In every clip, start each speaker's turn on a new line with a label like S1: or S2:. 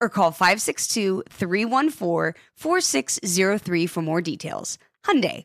S1: or call 562-314-4603 for more details. Hyundai,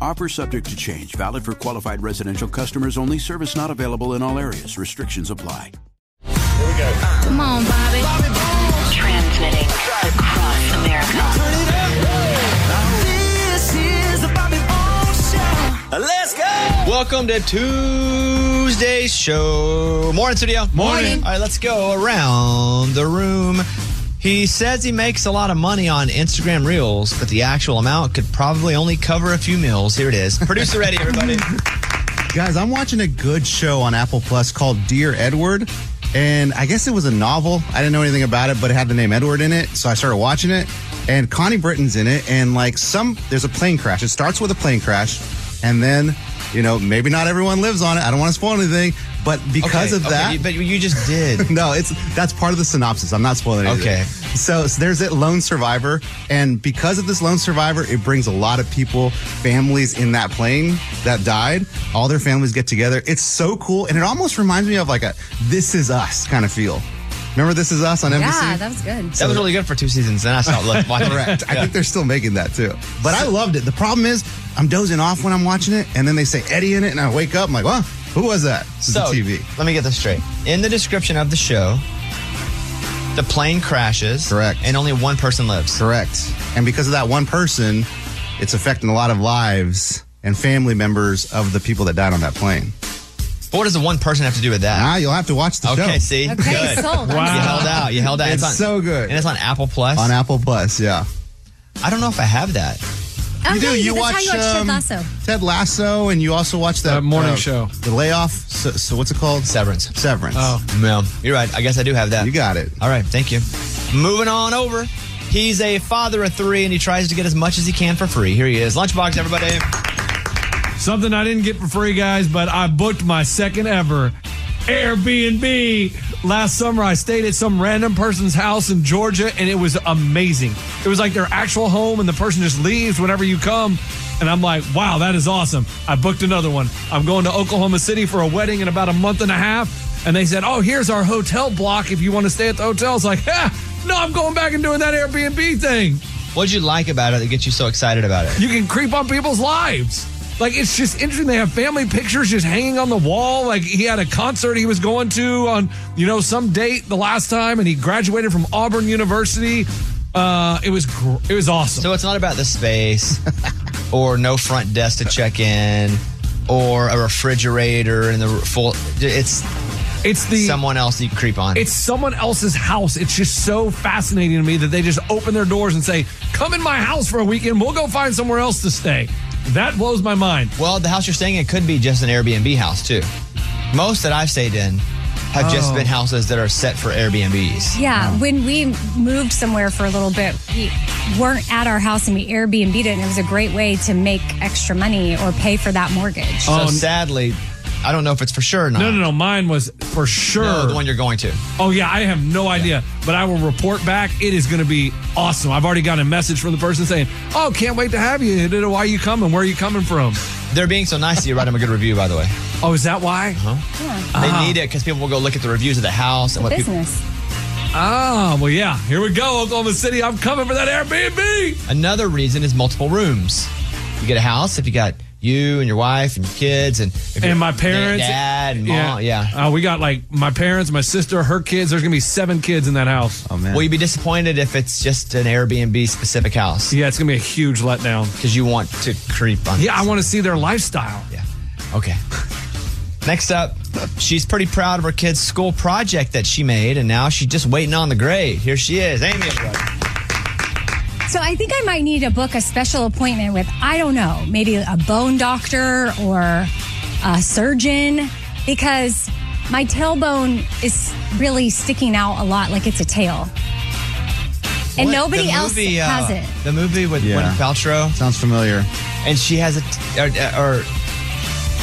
S2: Offer subject to change, valid for qualified residential customers only, service not available in all areas. Restrictions apply.
S3: Here we go.
S4: Come on, Bobby.
S5: Transmitting across America.
S3: Turn it up. This is the Bobby Bones Show. Let's go.
S6: Welcome to Tuesday's show. Morning, studio.
S4: Morning.
S6: All right, let's go around the room. He says he makes a lot of money on Instagram Reels, but the actual amount could probably only cover a few meals. Here it is. Producer ready, everybody.
S7: Guys, I'm watching a good show on Apple Plus called Dear Edward. And I guess it was a novel. I didn't know anything about it, but it had the name Edward in it. So I started watching it. And Connie Britton's in it. And like some, there's a plane crash. It starts with a plane crash. And then, you know, maybe not everyone lives on it. I don't want to spoil anything. But because
S6: Okay,
S7: of
S6: okay,
S7: that,
S6: you- but you just did.
S7: no, it's that's part of the synopsis. I'm not spoiling it.
S6: Okay.
S7: So, so there's that lone survivor, and because of this lone survivor, it brings a lot of people, families in that plane that died. All their families get together. It's so cool, and it almost reminds me of like a "This Is Us" kind of feel. Remember "This Is Us" on NBC?
S4: Yeah, that was good.
S6: That was really good for two seasons. Then I stopped looking. watching it.
S7: Correct. I think they're still making that too. But I loved it. The problem is, I'm dozing off when I'm watching it, and then they say Eddie in it, and I wake up. I'm like, "Wow, who was that?" It's the TV.
S6: Let me get this straight. In the description of the show, the plane crashes.
S7: Correct.
S6: And only one person lives.
S7: Correct. And because of that one person, it's affecting a lot of lives and family members of the people that died on that plane.
S6: But what does the one person have to do with that?
S7: Now Ah, you'll have to watch the
S6: okay,
S7: show
S6: see?
S4: Okay,
S6: Good.
S4: sold. I'm
S6: You
S4: sold.
S6: held out. You held out.
S7: It's
S6: on,
S7: so good.
S6: And it's on Apple Plus.
S7: on Apple Plus. Yeah,
S6: I don't know if I have that.
S4: Oh, yeah, you That's how you watch
S7: um,
S4: Ted Lasso.
S7: Ted Lasso, and you also watch that uh,
S8: That morning show.
S7: the layoff. So, so what's it called?
S6: Severance.
S7: Severance.
S8: Oh.
S6: No, Um, you're right. I guess I do have that.
S7: you got it.
S6: All right, thank you. Moving on over. He's a father of three, and he tries to get as much as he can for free. Here he is, Lunchbox, everybody.
S8: Something I didn't get for free, guys, but I booked my second ever Airbnb. Last summer, I stayed at some random person's house in Georgia, and it was amazing. It was like their actual home, and the person just leaves whenever you come. And I'm like, wow, that is awesome. I booked another one. I'm going to Oklahoma City for a wedding in about a month and a half. And they said, oh, here's our hotel block if you want to stay at the hotel. It's like, ha, no, I'm going back and doing that Airbnb thing.
S6: What'd you like about it that gets you so excited about it?
S8: you can creep on people's lives. Like it's just interesting. They have family pictures just hanging on the wall. Like he had a concert he was going to on you know some date the last time, and he graduated from Auburn University. Uh, it was gr- it was awesome.
S6: So it's not about the space or no front desk to check in or a refrigerator and the full. It's
S8: it's the
S6: someone else you can creep on.
S8: it's someone else's house. It's just so fascinating to me that they just open their doors and say, "Come in my house for a weekend. We'll go find somewhere else to stay." That blows my mind.
S6: well, the house you're staying in could be just an Airbnb house too. Most that I've stayed in have
S8: Oh.
S6: just been houses that are set for Airbnbs.
S4: Yeah, when we moved somewhere for a little bit, we weren't at our house and we
S6: Oh,
S8: Oh,
S4: Airbnb'd it, and it was a great way to make extra money or pay for that mortgage.
S6: So sadly, I don't know if it's for sure or not.
S8: No, no, no. Mine was for sure.
S6: No, the one you're going to.
S8: Oh yeah, I have no idea, but I will report back. It is going to be awesome. I've already gotten a message from the person saying, "Oh, can't wait to have you. Why are you coming? Where are you coming from?"
S6: They're being so nice to you. Write them a good review, by the way. Uh-huh.
S8: Oh, is that why?
S9: Uh-huh.
S8: Uh-huh.
S6: They need it because people will go look at the reviews of the house and what people.
S4: Business.
S8: Ah, well, yeah. Here we go, Oklahoma City. I'm coming for that Airbnb.
S6: Another reason is multiple rooms. You get a house if you got you and your wife and your kids and if your
S8: And my parents,
S6: dad, and mom. Yeah.
S8: Uh, we got like my parents, my sister, her kids. There's gonna be seven kids in that house.
S7: Oh man.
S6: Will you be disappointed if it's just an Airbnb specific house
S8: Yeah, it's gonna be a huge letdown.
S6: because you want to creep on?
S8: Yeah, I want to see their lifestyle.
S6: Yeah. Okay. Next up, she's pretty proud of her kid's school project that she made, and now she's just waiting on the grade. Here she is, Amy. everybody.
S4: So I think I might need to book a special appointment with I don't know, maybe a bone doctor or a surgeon because my tailbone is really sticking out a lot like it's a tail. And
S6: What-
S4: nobody
S6: the
S4: else
S6: movie, uh,
S4: has it.
S6: The movie with
S7: Yeah.
S6: Gwyneth Paltrow,
S7: Sounds familiar.
S6: and she has a t- or, uh, or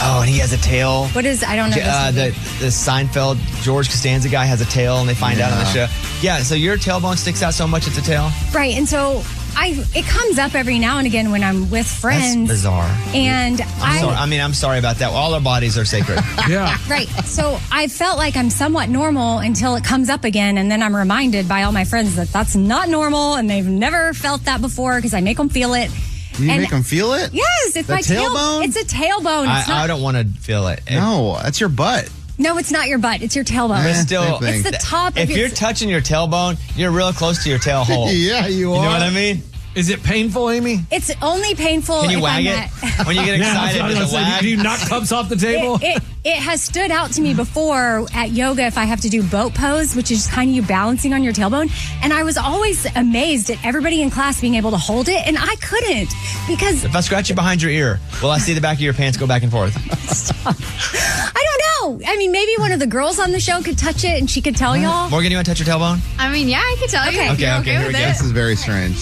S6: oh, and he has a tail.
S4: What is I don't know.
S6: J-
S4: this
S6: Uh,
S4: movie.
S6: the the Seinfeld George Costanza guy has a tail, and they find out on the
S7: Yeah.
S6: show. Yeah, so your tailbone sticks out so much it's a tail.
S4: Right. And so I it comes up every now and again when I'm with friends.
S6: bizarre.
S4: And
S6: I'm
S4: I
S6: sorry. I mean, I'm sorry about that. All our bodies are sacred.
S8: Yeah.
S4: Right. So I felt like I'm somewhat normal until it comes up again. And then I'm reminded by all my friends that that's not normal. And they've never felt that before because I make them feel it.
S7: You
S4: and
S7: make them feel it?
S4: Yes, it's
S7: The
S4: my tail-
S7: tailbone?
S4: It's a tailbone.
S6: I,
S4: It's
S6: I
S4: not,
S6: don't want to feel it.
S7: No, that's your butt.
S4: no, it's not your butt. It's your tailbone.
S6: But
S7: Eh,
S6: still,
S7: same thing.
S4: It's the top of
S6: If
S4: your-
S6: you're touching your tailbone, you're real close to your tail hole.
S7: Yeah, you
S6: You
S7: are.
S6: know what I mean?
S8: Is it painful, Amy?
S4: It's only painful.
S6: Can you
S4: if
S6: wag
S4: I'm
S6: it?
S4: at-
S6: When you get excited,
S8: I was
S6: does it
S8: gonna say,
S6: wag?
S8: do you knock cups off the table?
S4: it, it, it has stood out to me before at yoga if I have to do boat pose, which is kind of you balancing on your tailbone. And I was always amazed at everybody in class being able to hold it, and I couldn't because
S6: If I scratch you behind your ear, will I see the back of your pants go back and forth?
S4: I don't know. I mean, maybe one of the girls on the show could touch it and she could tell y'all.
S6: Morgan, you want to touch your tailbone?
S10: I mean, yeah, I can tell
S4: Oh. Okay.
S10: you. if
S6: Okay,
S10: you're
S6: okay, here we
S10: with
S6: go.
S10: it.
S6: This
S7: This is very strange.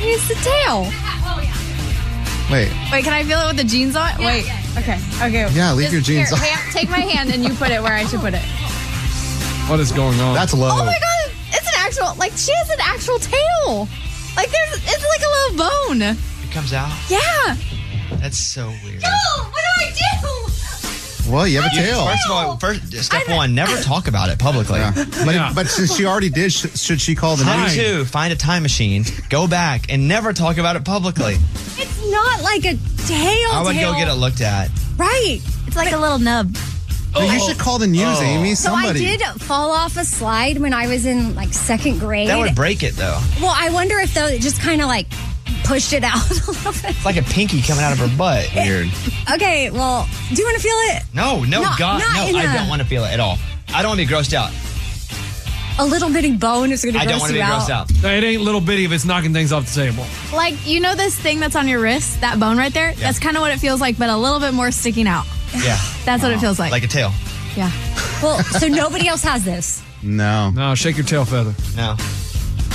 S4: It's the tail.
S7: Wait,
S10: Wait, can I feel it with the jeans on? Wait. Okay. Okay.
S7: Yeah, leave your jeans
S10: here,
S7: on.
S10: hand- take my hand and you put it where I should put it.
S8: What is going on?
S7: that's low.
S10: Oh my god, it's an actual like she has an actual tail. Like there's it's like a little bone.
S6: It comes out.
S10: Yeah.
S6: That's so weird.
S10: Oh, what do I do?
S7: Well, you have a tail.
S6: First of all, first step
S10: I'm-
S6: one: never talk about it publicly.
S7: Yeah. But,
S8: Yeah.
S7: but since she already did, sh- should she call the
S6: Number
S7: news?
S8: Hi.
S6: two: find a time machine, go back, and never talk about it publicly.
S4: It's not like a tail.
S6: I would
S4: tail.
S6: go get it looked at.
S4: Right.
S10: It's like a little nub.
S7: But you should call the news,
S6: Oh.
S7: Amy.
S4: So
S7: Somebody.
S4: I did fall off a slide when I was in like second grade.
S6: That would break it though.
S4: well, I wonder if though it just kind of like pushed it out a little bit.
S6: It's like a pinky coming out of her butt.
S7: Weird.
S4: Okay, well, do you want to feel it?
S6: No, no,
S4: Not-
S6: God,
S4: not in
S6: no! I
S4: a-
S6: I don't want to feel it at all. I don't want to be grossed out.
S4: A little bitty bone is going to
S6: I
S4: gross
S6: don't want to
S4: you
S6: be grossed out.
S8: it ain't little bitty if it's knocking things off the table.
S10: Like you know this thing that's on your wrist, that bone right there. That's kind of what it feels like, but a little bit more sticking out.
S6: Yeah,
S10: That's what it feels like.
S6: like a tail.
S10: yeah.
S4: Well, so nobody else has this.
S7: No.
S8: No, shake your tail feather.
S6: No.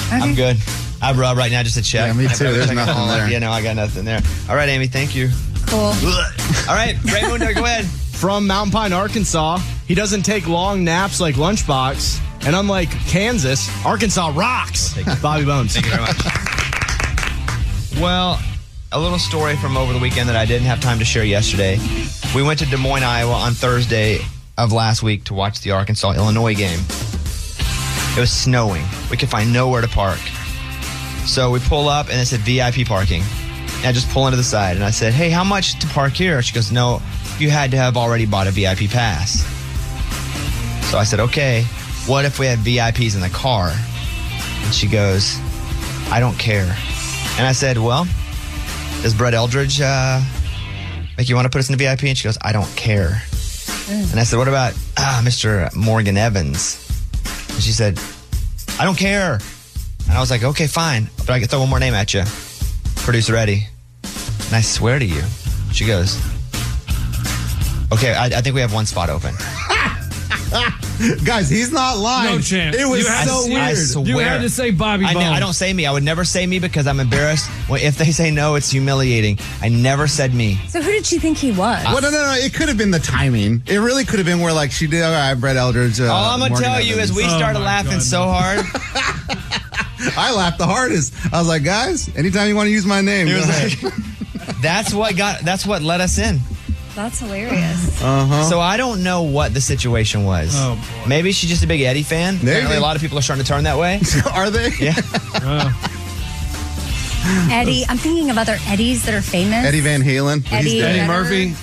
S6: I'm good. I rub right now just to check.
S7: Yeah, me too.
S6: I rub a
S7: There's
S6: check.
S7: nothing
S6: Oh,
S7: there.
S6: Yeah, no, I got nothing there. All right, Amy, thank you.
S4: Cool.
S6: All right, Raymond, go ahead.
S11: From Mountain Pine, Arkansas, he doesn't take long naps like Lunchbox. And unlike Kansas, Arkansas rocks. Bobby Bones.
S6: Thank you very much. Well, a little story from over the weekend that I didn't have time to share yesterday. We went to Des Moines, Iowa on Thursday of last week to watch the Arkansas Illinois game. It was snowing. We could find nowhere to park. So we pull up and it said VIP parking. And I just pull into the side and I said, Hey, how much to park here? She goes, No, you had to have already bought a VIP pass. So I said, Okay, what if we had VIPs in the car? And she goes, I don't care. And I said, Well, does Brett Eldridge uh, make you want to put us in the VIP? And she goes, I don't care. And I said, What about uh, Mr. Morgan Evans? And she said, I don't care. And I was like, Okay, fine. But I can throw one more name at you. Producer Eddie. And I swear to you, she goes, Okay, I, I think we have one spot open.
S7: Guys, he's not lying.
S6: No chance.
S7: It was
S6: You had-
S7: so
S6: I
S7: weird.
S6: swear. I, ne- I don't say me. I would never say me because I'm embarrassed. well, if they say no, it's humiliating. I never said me.
S4: So who did she think he was?
S7: Well, no, no, no. It could have been the timing. It really could have been where, like, she did. All right, Brett Eldridge. Uh,
S6: All I'm gonna
S7: Morgan
S6: tell you
S7: Evans.
S6: is
S8: Oh
S6: we started laughing so hard.
S7: I laughed the hardest. I was like, guys, anytime you want to use my name.
S6: It was
S7: go ahead.
S6: that's what got. That's what let us in.
S4: That's hilarious.
S6: Uh-huh. So I don't know what the situation was.
S4: Oh,
S6: Maybe she's just a big Eddie fan.
S4: Maybe.
S6: Apparently, a lot of people are starting to turn that way.
S7: are they?
S6: Yeah.
S8: Uh,
S4: Eddie, I'm thinking of other Eddies that are famous.
S7: Van Halen.
S4: Eddie He's dead. Vedder. Murphy.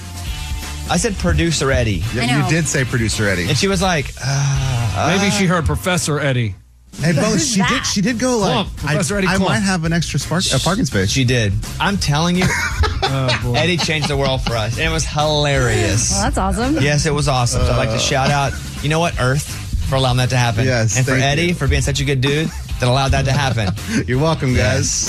S6: I said producer Eddie.
S4: Yeah, I you know. did
S7: say producer Eddie.
S6: And she was like, uh,
S8: Maybe
S6: uh,
S8: she heard Professor Eddie.
S7: Hey, Bo, she did. She did go like.
S8: Clump. Professor Eddie
S7: I, I
S8: Clump.
S7: might have an extra spark, a parking space.
S6: She did. I'm telling you,
S8: Oh,
S6: Eddie changed the world for us, and it was hilarious.
S4: Well, that's awesome.
S6: Yes, it was awesome. so I'd
S7: Uh.
S6: like to shout out, you know what, Earth, for allowing that to happen. Yes. And for
S7: thank
S6: Eddie for being such a good dude that allowed that to happen.
S7: You're welcome, guys.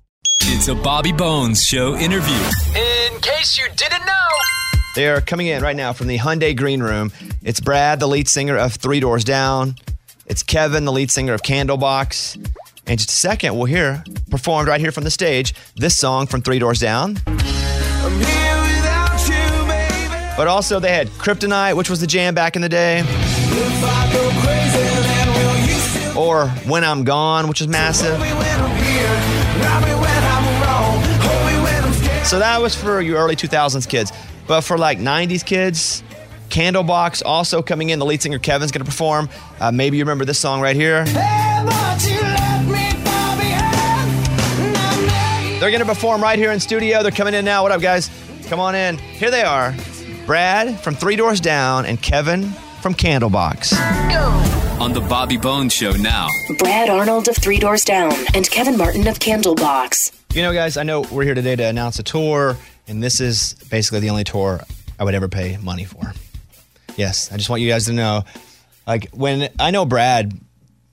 S9: It's a Bobby Bones Show interview.
S12: In case you didn't know.
S6: They are coming in right now from the Hyundai Green Room. It's Brad, the lead singer of Three Doors Down. It's Kevin, the lead singer of Candlebox. And just a second, we'll hear performed right here from the stage this song from Three Doors Down.
S3: I'm here without you, baby.
S6: But also they had Kryptonite, which was the jam back in the day,
S3: If I go crazy, then will you
S6: or When I'm Gone, which is massive.
S3: when I'm here? Rob me when I'm wrong. Hold me when I'm scared.
S6: So that was for your early 2000s kids. But for like 90s kids, Candlebox also coming in. The lead singer Kevin's going to perform. Uh, maybe you remember this song right here.
S3: But you left me far behind.
S6: They're going to perform right here in studio. They're coming in now. What up, guys? Come on in. Here they are Brad from Three Doors Down and Kevin from Candlebox.
S9: On the Bobby Bones Show now.
S5: Brad Arnold of Three Doors Down and Kevin Martin of Candlebox.
S6: You know, guys, I know we're here today to announce a tour, and this is basically the only tour I would ever pay money for. Yes, I just want you guys to know. Like, when I know Brad,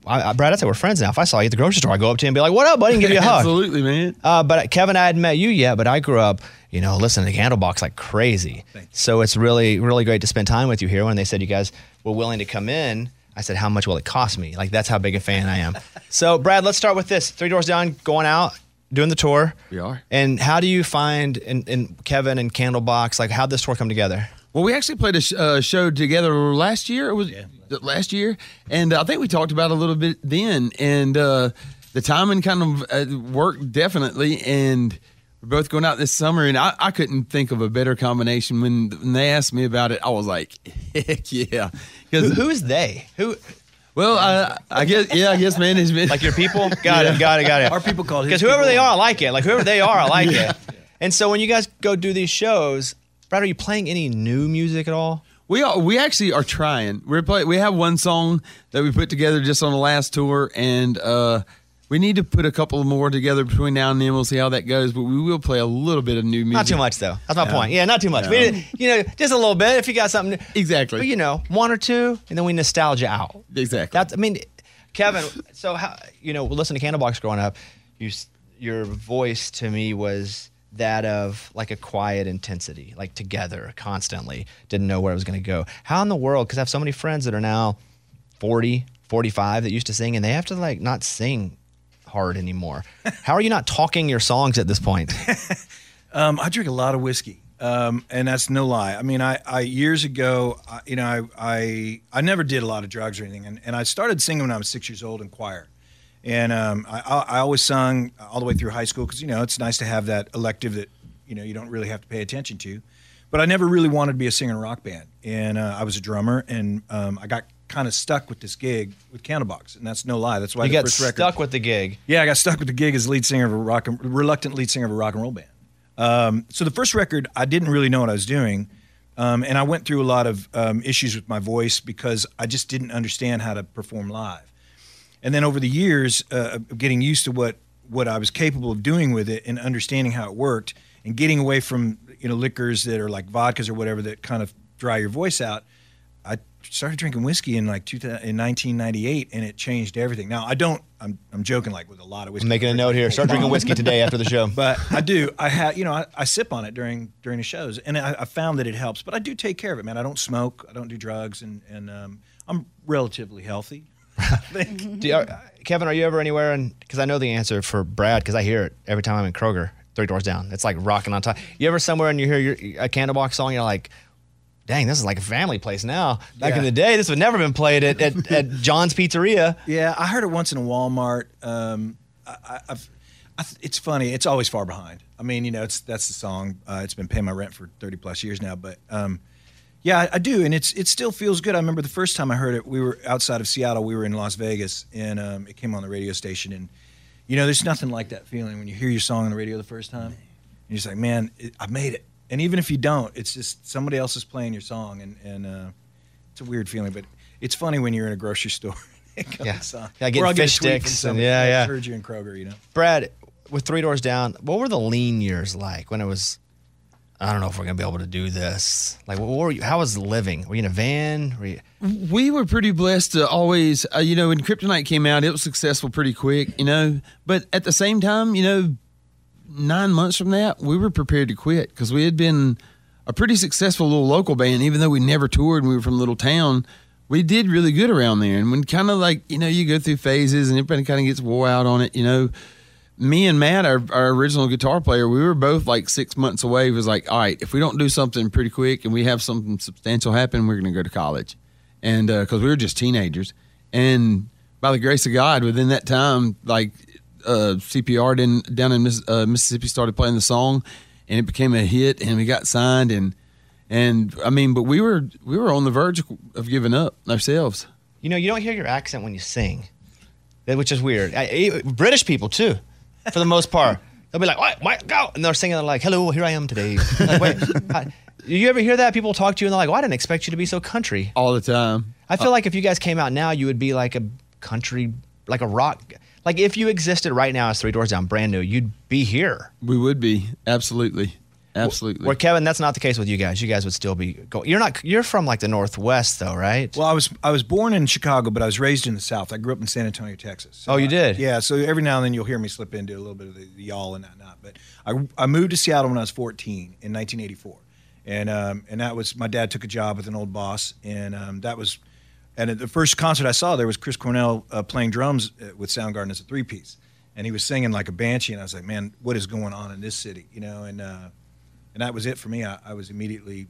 S6: I, I- Brad, I think we're friends now. If I saw you at the grocery store, I go up to him and be like, What up, buddy? And give you a hug.
S13: Absolutely, man.
S6: Uh, but Kevin, I hadn't met you yet, but I grew up, you know, listening to Candlebox like crazy. So it's really, really great to spend time with you here. When they said you guys were willing to come in, I said, "How much will it cost me?" Like that's how big a fan I am. so Brad, let's start with this: Three Doors Down, going out, doing the tour. We are. And how do you find and, and Kevin and Candlebox? Like how would this tour come together?
S13: Well, we actually played a sh- uh, show together last year. It was th- last year, and uh, I think we talked about it a little bit then. And uh, the timing kind of uh, worked definitely. And we're both going out this summer, and I, I couldn't think of a better combination. When, when they asked me about it, I was like, "Heck yeah!" Because
S6: who is they? Who?
S13: Well, I, I guess yeah, I guess management.
S6: Like your people? Got it, got it, got it. Our
S13: people called
S6: Because whoever they are, I like it. Like whoever they are, I like it. And so when you guys go do these shows, Brad, are you playing any new music at all?
S13: We are, we actually are trying. We're play, we have one song that we put together just on the last tour, and uh, We need to put a couple more together between now and then. We'll see how that goes, but we will play a little bit of new music.
S6: Not too much, though. That's my point. Yeah, not too much. We- you know, just a little bit if you got something.
S13: Exactly.
S6: But you know, one or two, and then we nostalgia out.
S13: Exactly.
S6: That's. I mean, Kevin. so how you know? Listen to Candlebox growing up. You, s- your voice to me was that of like a quiet intensity, like together constantly. Didn't know where I was going to go. How in the world? Because I have so many friends that are now 40, 45 that used to sing, and they have to like not sing hard anymore. How are you not talking your songs at this point?
S14: Um, I drink a lot of whiskey, um, and that's no lie. I mean, I, I years ago, I, you know, I, I I never did a lot of drugs or anything, and, and I started singing when I was six years old in choir, and um, I, I I always sung all the way through high school because you know it's nice to have that elective that you know you don't really have to pay attention to, but I never really wanted to be a singer in a rock band, and uh, I was a drummer, and um, I got kind of stuck with this gig with Candlebox, and that's no lie. That's why
S6: you
S14: the
S6: got
S14: first record.
S6: stuck with the gig.
S14: Yeah, I got stuck with the gig as lead singer of a rock and, reluctant lead singer of a rock and roll band. Um, so the first record, I didn't really know what I was doing, um, and I went through a lot of um, issues with my voice because I just didn't understand how to perform live. And then over the years, uh, of getting used to what what I was capable of doing with it and understanding how it worked, and getting away from you know liquors that are like vodkas or whatever that kind of dry your voice out. I started drinking whiskey in like 2000, in 1998, and it changed everything. Now I don't. I'm I'm joking like with a lot of whiskey.
S6: I'm making a note here. Start drinking whiskey today after the show.
S14: But I do. I have. You know, I, I sip on it during during the shows, and I, I found that it helps. But I do take care of it, man. I don't smoke. I don't do drugs, and and um, I'm relatively healthy.
S6: Do you- uh, Kevin, are you ever anywhere? And because I know the answer for Brad, because I hear it every time I'm in Kroger, three doors down. It's like rocking on top. You ever somewhere and you hear your, a Candlebox song, you're like, "Dang, this is like a family place now." Back in
S14: Yeah.
S6: the day, this would never been played at, at, at John's Pizzeria.
S14: Yeah, I heard it once in a Walmart. Um, I, I, I've, I, th- it's funny. It's always far behind. I mean, you know, it's that's the song. Uh, it's been paying my rent for thirty plus years now. But um, yeah, I, I do, and it's it still feels good. I remember the first time I heard it. We were outside of Seattle. We were in Las Vegas, and um, it came on the radio station. And you know, there's nothing like that feeling when you hear your song on the radio the first time. And you're just like, man, it, I made it. And even if you don't, it's just somebody else is playing your song, and and uh, it's a weird feeling. But it's funny when you're in a grocery store. it comes on.
S6: Yeah, getting
S14: Or I'll get a
S6: fish
S14: tweet from
S6: sticks and-
S14: somebody,
S6: yeah,
S14: "I
S6: yeah.
S14: Heard you in Kroger, you know.
S6: Brad, with Three Doors Down, what were the lean years like when it was? I don't know if we're gonna be able to do this. Like, what were you? How was living? Were you in a van? Were you?
S13: We were pretty blessed to always, uh, you know, when Kryptonite came out, it was successful pretty quick, you know. But at the same time, you know, nine months from that, we were prepared to quit because we had been a pretty successful little local band, even though we never toured and we were from a little town. We did really good around there. And when kind of like, you know, you go through phases and everybody kind of gets wore out on it, you know, me and Matt, our, our original guitar player, we were both like six months away. It was like, all right, if we don't do something pretty quick and we have something substantial happen, we're going to go to college. And because we were just teenagers. And by the grace of God, within that time, like uh, CPR then down in Miss, uh, Mississippi started playing the song and it became a hit and we got signed. And, and I mean, but we were, we were on the verge of giving up ourselves.
S6: You know, you don't hear your accent when you sing, that- which is weird. I, I- British people too, for the most part, they'll be like, "What? What? Go!" and they're singing like, "Hello, here I am today." Like, wait, I- you ever hear that? People talk to you and they're like, "Well, I didn't expect you to be so country."
S13: All the time. Uh,
S6: I feel like if you guys came out now, you would be like a country, like a rock. Like if you existed right now as Three Doors Down, brand new, you'd be here.
S13: We would be absolutely, absolutely.
S6: Where Kevin, that's not the case with you guys. You guys would still be going. You're not. You're from like the Northwest, though, right?
S14: Well, I was I was born in Chicago, but I was raised in the South. I grew up in San Antonio, Texas.
S6: Oh, you did?
S14: yeah. So every now and then you'll hear me slip into a little bit of the, the y'all and whatnot. But I I moved to Seattle when I was 14 in 1984, and um and that was my dad took a job with an old boss, and um that was, and at the first concert I saw there was Chris Cornell uh, playing drums uh, with Soundgarden as a three piece, and he was singing like a banshee, and I was like, man, what is going on in this city, you know? And uh, and that was it for me. I, I was immediately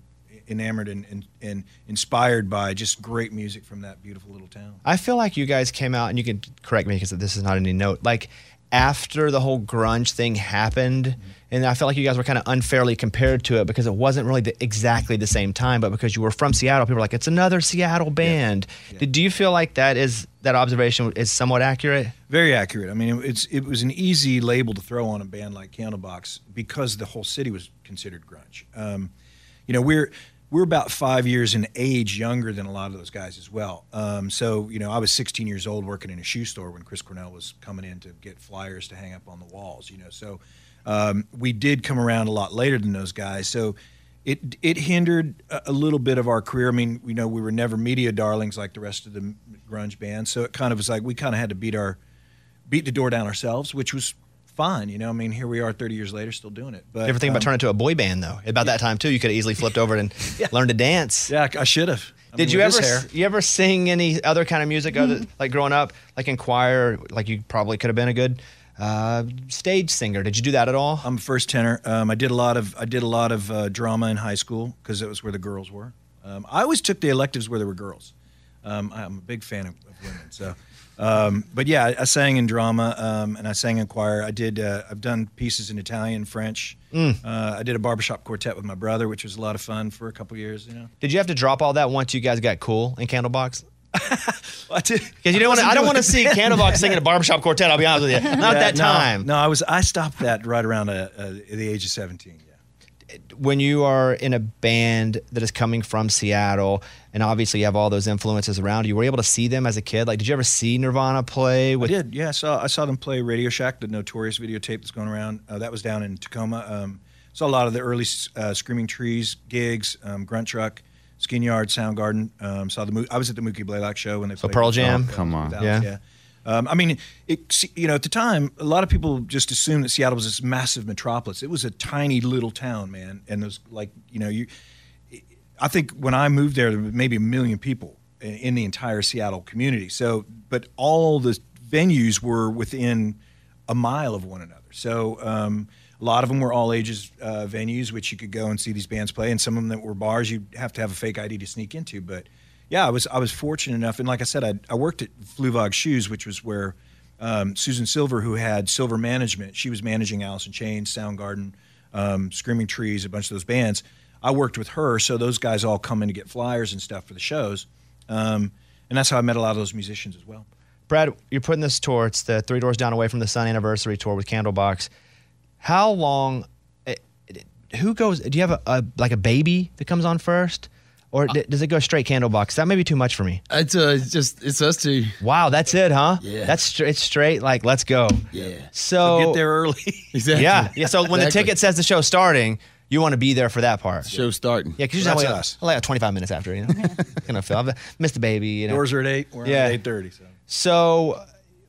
S14: enamored and, and, and inspired by just great music from that beautiful little town.
S6: I feel like you guys came out, and you can correct me because this is not any note. Like after the whole grunge thing happened, and I felt like you guys were kind of unfairly compared to it because it wasn't really the, exactly the same time, but because you were from Seattle, people were like, "It's another Seattle band." Did, do you feel like that is that observation is somewhat accurate?
S14: Very accurate. I mean, it's it was an easy label to throw on a band like Candlebox because the whole city was considered grunge. Um, you know, we're we're about five years in age younger than a lot of those guys as well. Um, so, you know, I was 16 years old working in a shoe store when Chris Cornell was coming in to get flyers to hang up on the walls, you know. So um, we did come around a lot later than those guys. So it, it hindered a a little bit of our career. I mean, you know, we were never media darlings like the rest of the grunge bands. So it kind of was like we kind of had to beat our beat the door down ourselves, which was fine. You know, I mean, here we are 30 years later still doing it. But
S6: Did you ever think about
S14: um,
S6: turning into a boy band though? About that time too, you could have easily flipped over and learned to dance.
S14: Yeah, I should have. I
S6: Did
S14: mean,
S6: you
S14: with
S6: ever
S14: this
S6: s- you ever sing any other kind of music other like growing up, like in choir? Like you probably could have been a good uh, stage singer. Did you do that at all?
S14: I'm first tenor. Um, I did a lot of I did a lot of uh, drama in high school because it was where the girls were. Um, I always took the electives where there were girls. Um, I'm a big fan of, of women. So, um, but yeah, I, I sang in drama um, and I sang in choir. I did. Uh, I've done pieces in Italian, French.
S6: Mm.
S14: Uh, I did a barbershop quartet with my brother, which was a lot of fun for a couple years. You know.
S6: Did you have to drop all that once you guys got cool in Candlebox?
S14: I did. Because
S6: you don't want to. I don't want to see Candlebox singing a
S14: bar.
S6: barbershop quartet. I'll be honest with you. Not
S14: Yeah,
S6: that
S14: no,
S6: time.
S14: No, I was. I stopped that right around uh, uh, the age of 17.
S6: when you are in a band that is coming from Seattle, and obviously you have all those influences around you, were you able to see them as a kid? Like, did you ever see Nirvana play? With,
S14: I did. Yeah, I saw I saw them play Radio Shack, the notorious videotape that's going around. Uh, that was down in Tacoma. Um, saw a lot of the early uh, Screaming Trees gigs, um, Grunt Truck, Skin Yard, Soundgarden. Um, saw the Mo- I was at the Mookie Blaylock show when they
S6: So
S14: played
S6: Pearl Jam?
S14: Oh,
S6: Come on.
S14: Dallas,
S6: Yeah.
S14: yeah. Um, I mean, it, you know, at the time, a lot of people just assumed that Seattle was this massive metropolis. It was a tiny little town, man, and there's like, you know, you. I think when I moved there, there were maybe a million people in, in the entire Seattle community. So, but all the venues were within a mile of one another. So, um, a lot of them were all ages uh, venues, which you could go and see these bands play, and some of them that were bars you'd have to have a fake ID to sneak into. But yeah, I was I was fortunate enough, and like I said, I, I worked at Fluvog Shoes, which was where um, Susan Silver, who had Silver Management, she was managing Alice in Chains, Soundgarden, um, Screaming Trees, a bunch of those bands. I worked with her, so those guys all come in to get flyers and stuff for the shows, um, and that's how I met a lot of those musicians as well.
S6: Brad, you're putting this tour. It's the Three Doors Down Away from the Sun anniversary tour with Candlebox. How long? eh, Who goes? Do you have a, a like a baby that comes on first, or
S14: Uh,
S6: d- does it go straight Candlebox? That may be too much for me.
S13: It's uh, it's just it's us two.
S6: Wow, that's it, huh?
S13: Yeah.
S6: that's str- it's straight. Like, let's go.
S13: Yeah.
S6: So,
S13: get
S14: there early.
S13: Exactly.
S6: Yeah. Yeah. So when the
S13: Exactly.
S6: ticket says the show's starting, you want to be there for that part.
S13: Show starting.
S6: Yeah, because you
S13: That's
S6: just have like,
S13: us.
S6: like, uh, 25 minutes after, you know. gonna feel. I've missed the baby. You know.
S14: Doors are at eight. We're on
S6: Yeah.
S14: at eight thirty. So.
S6: So,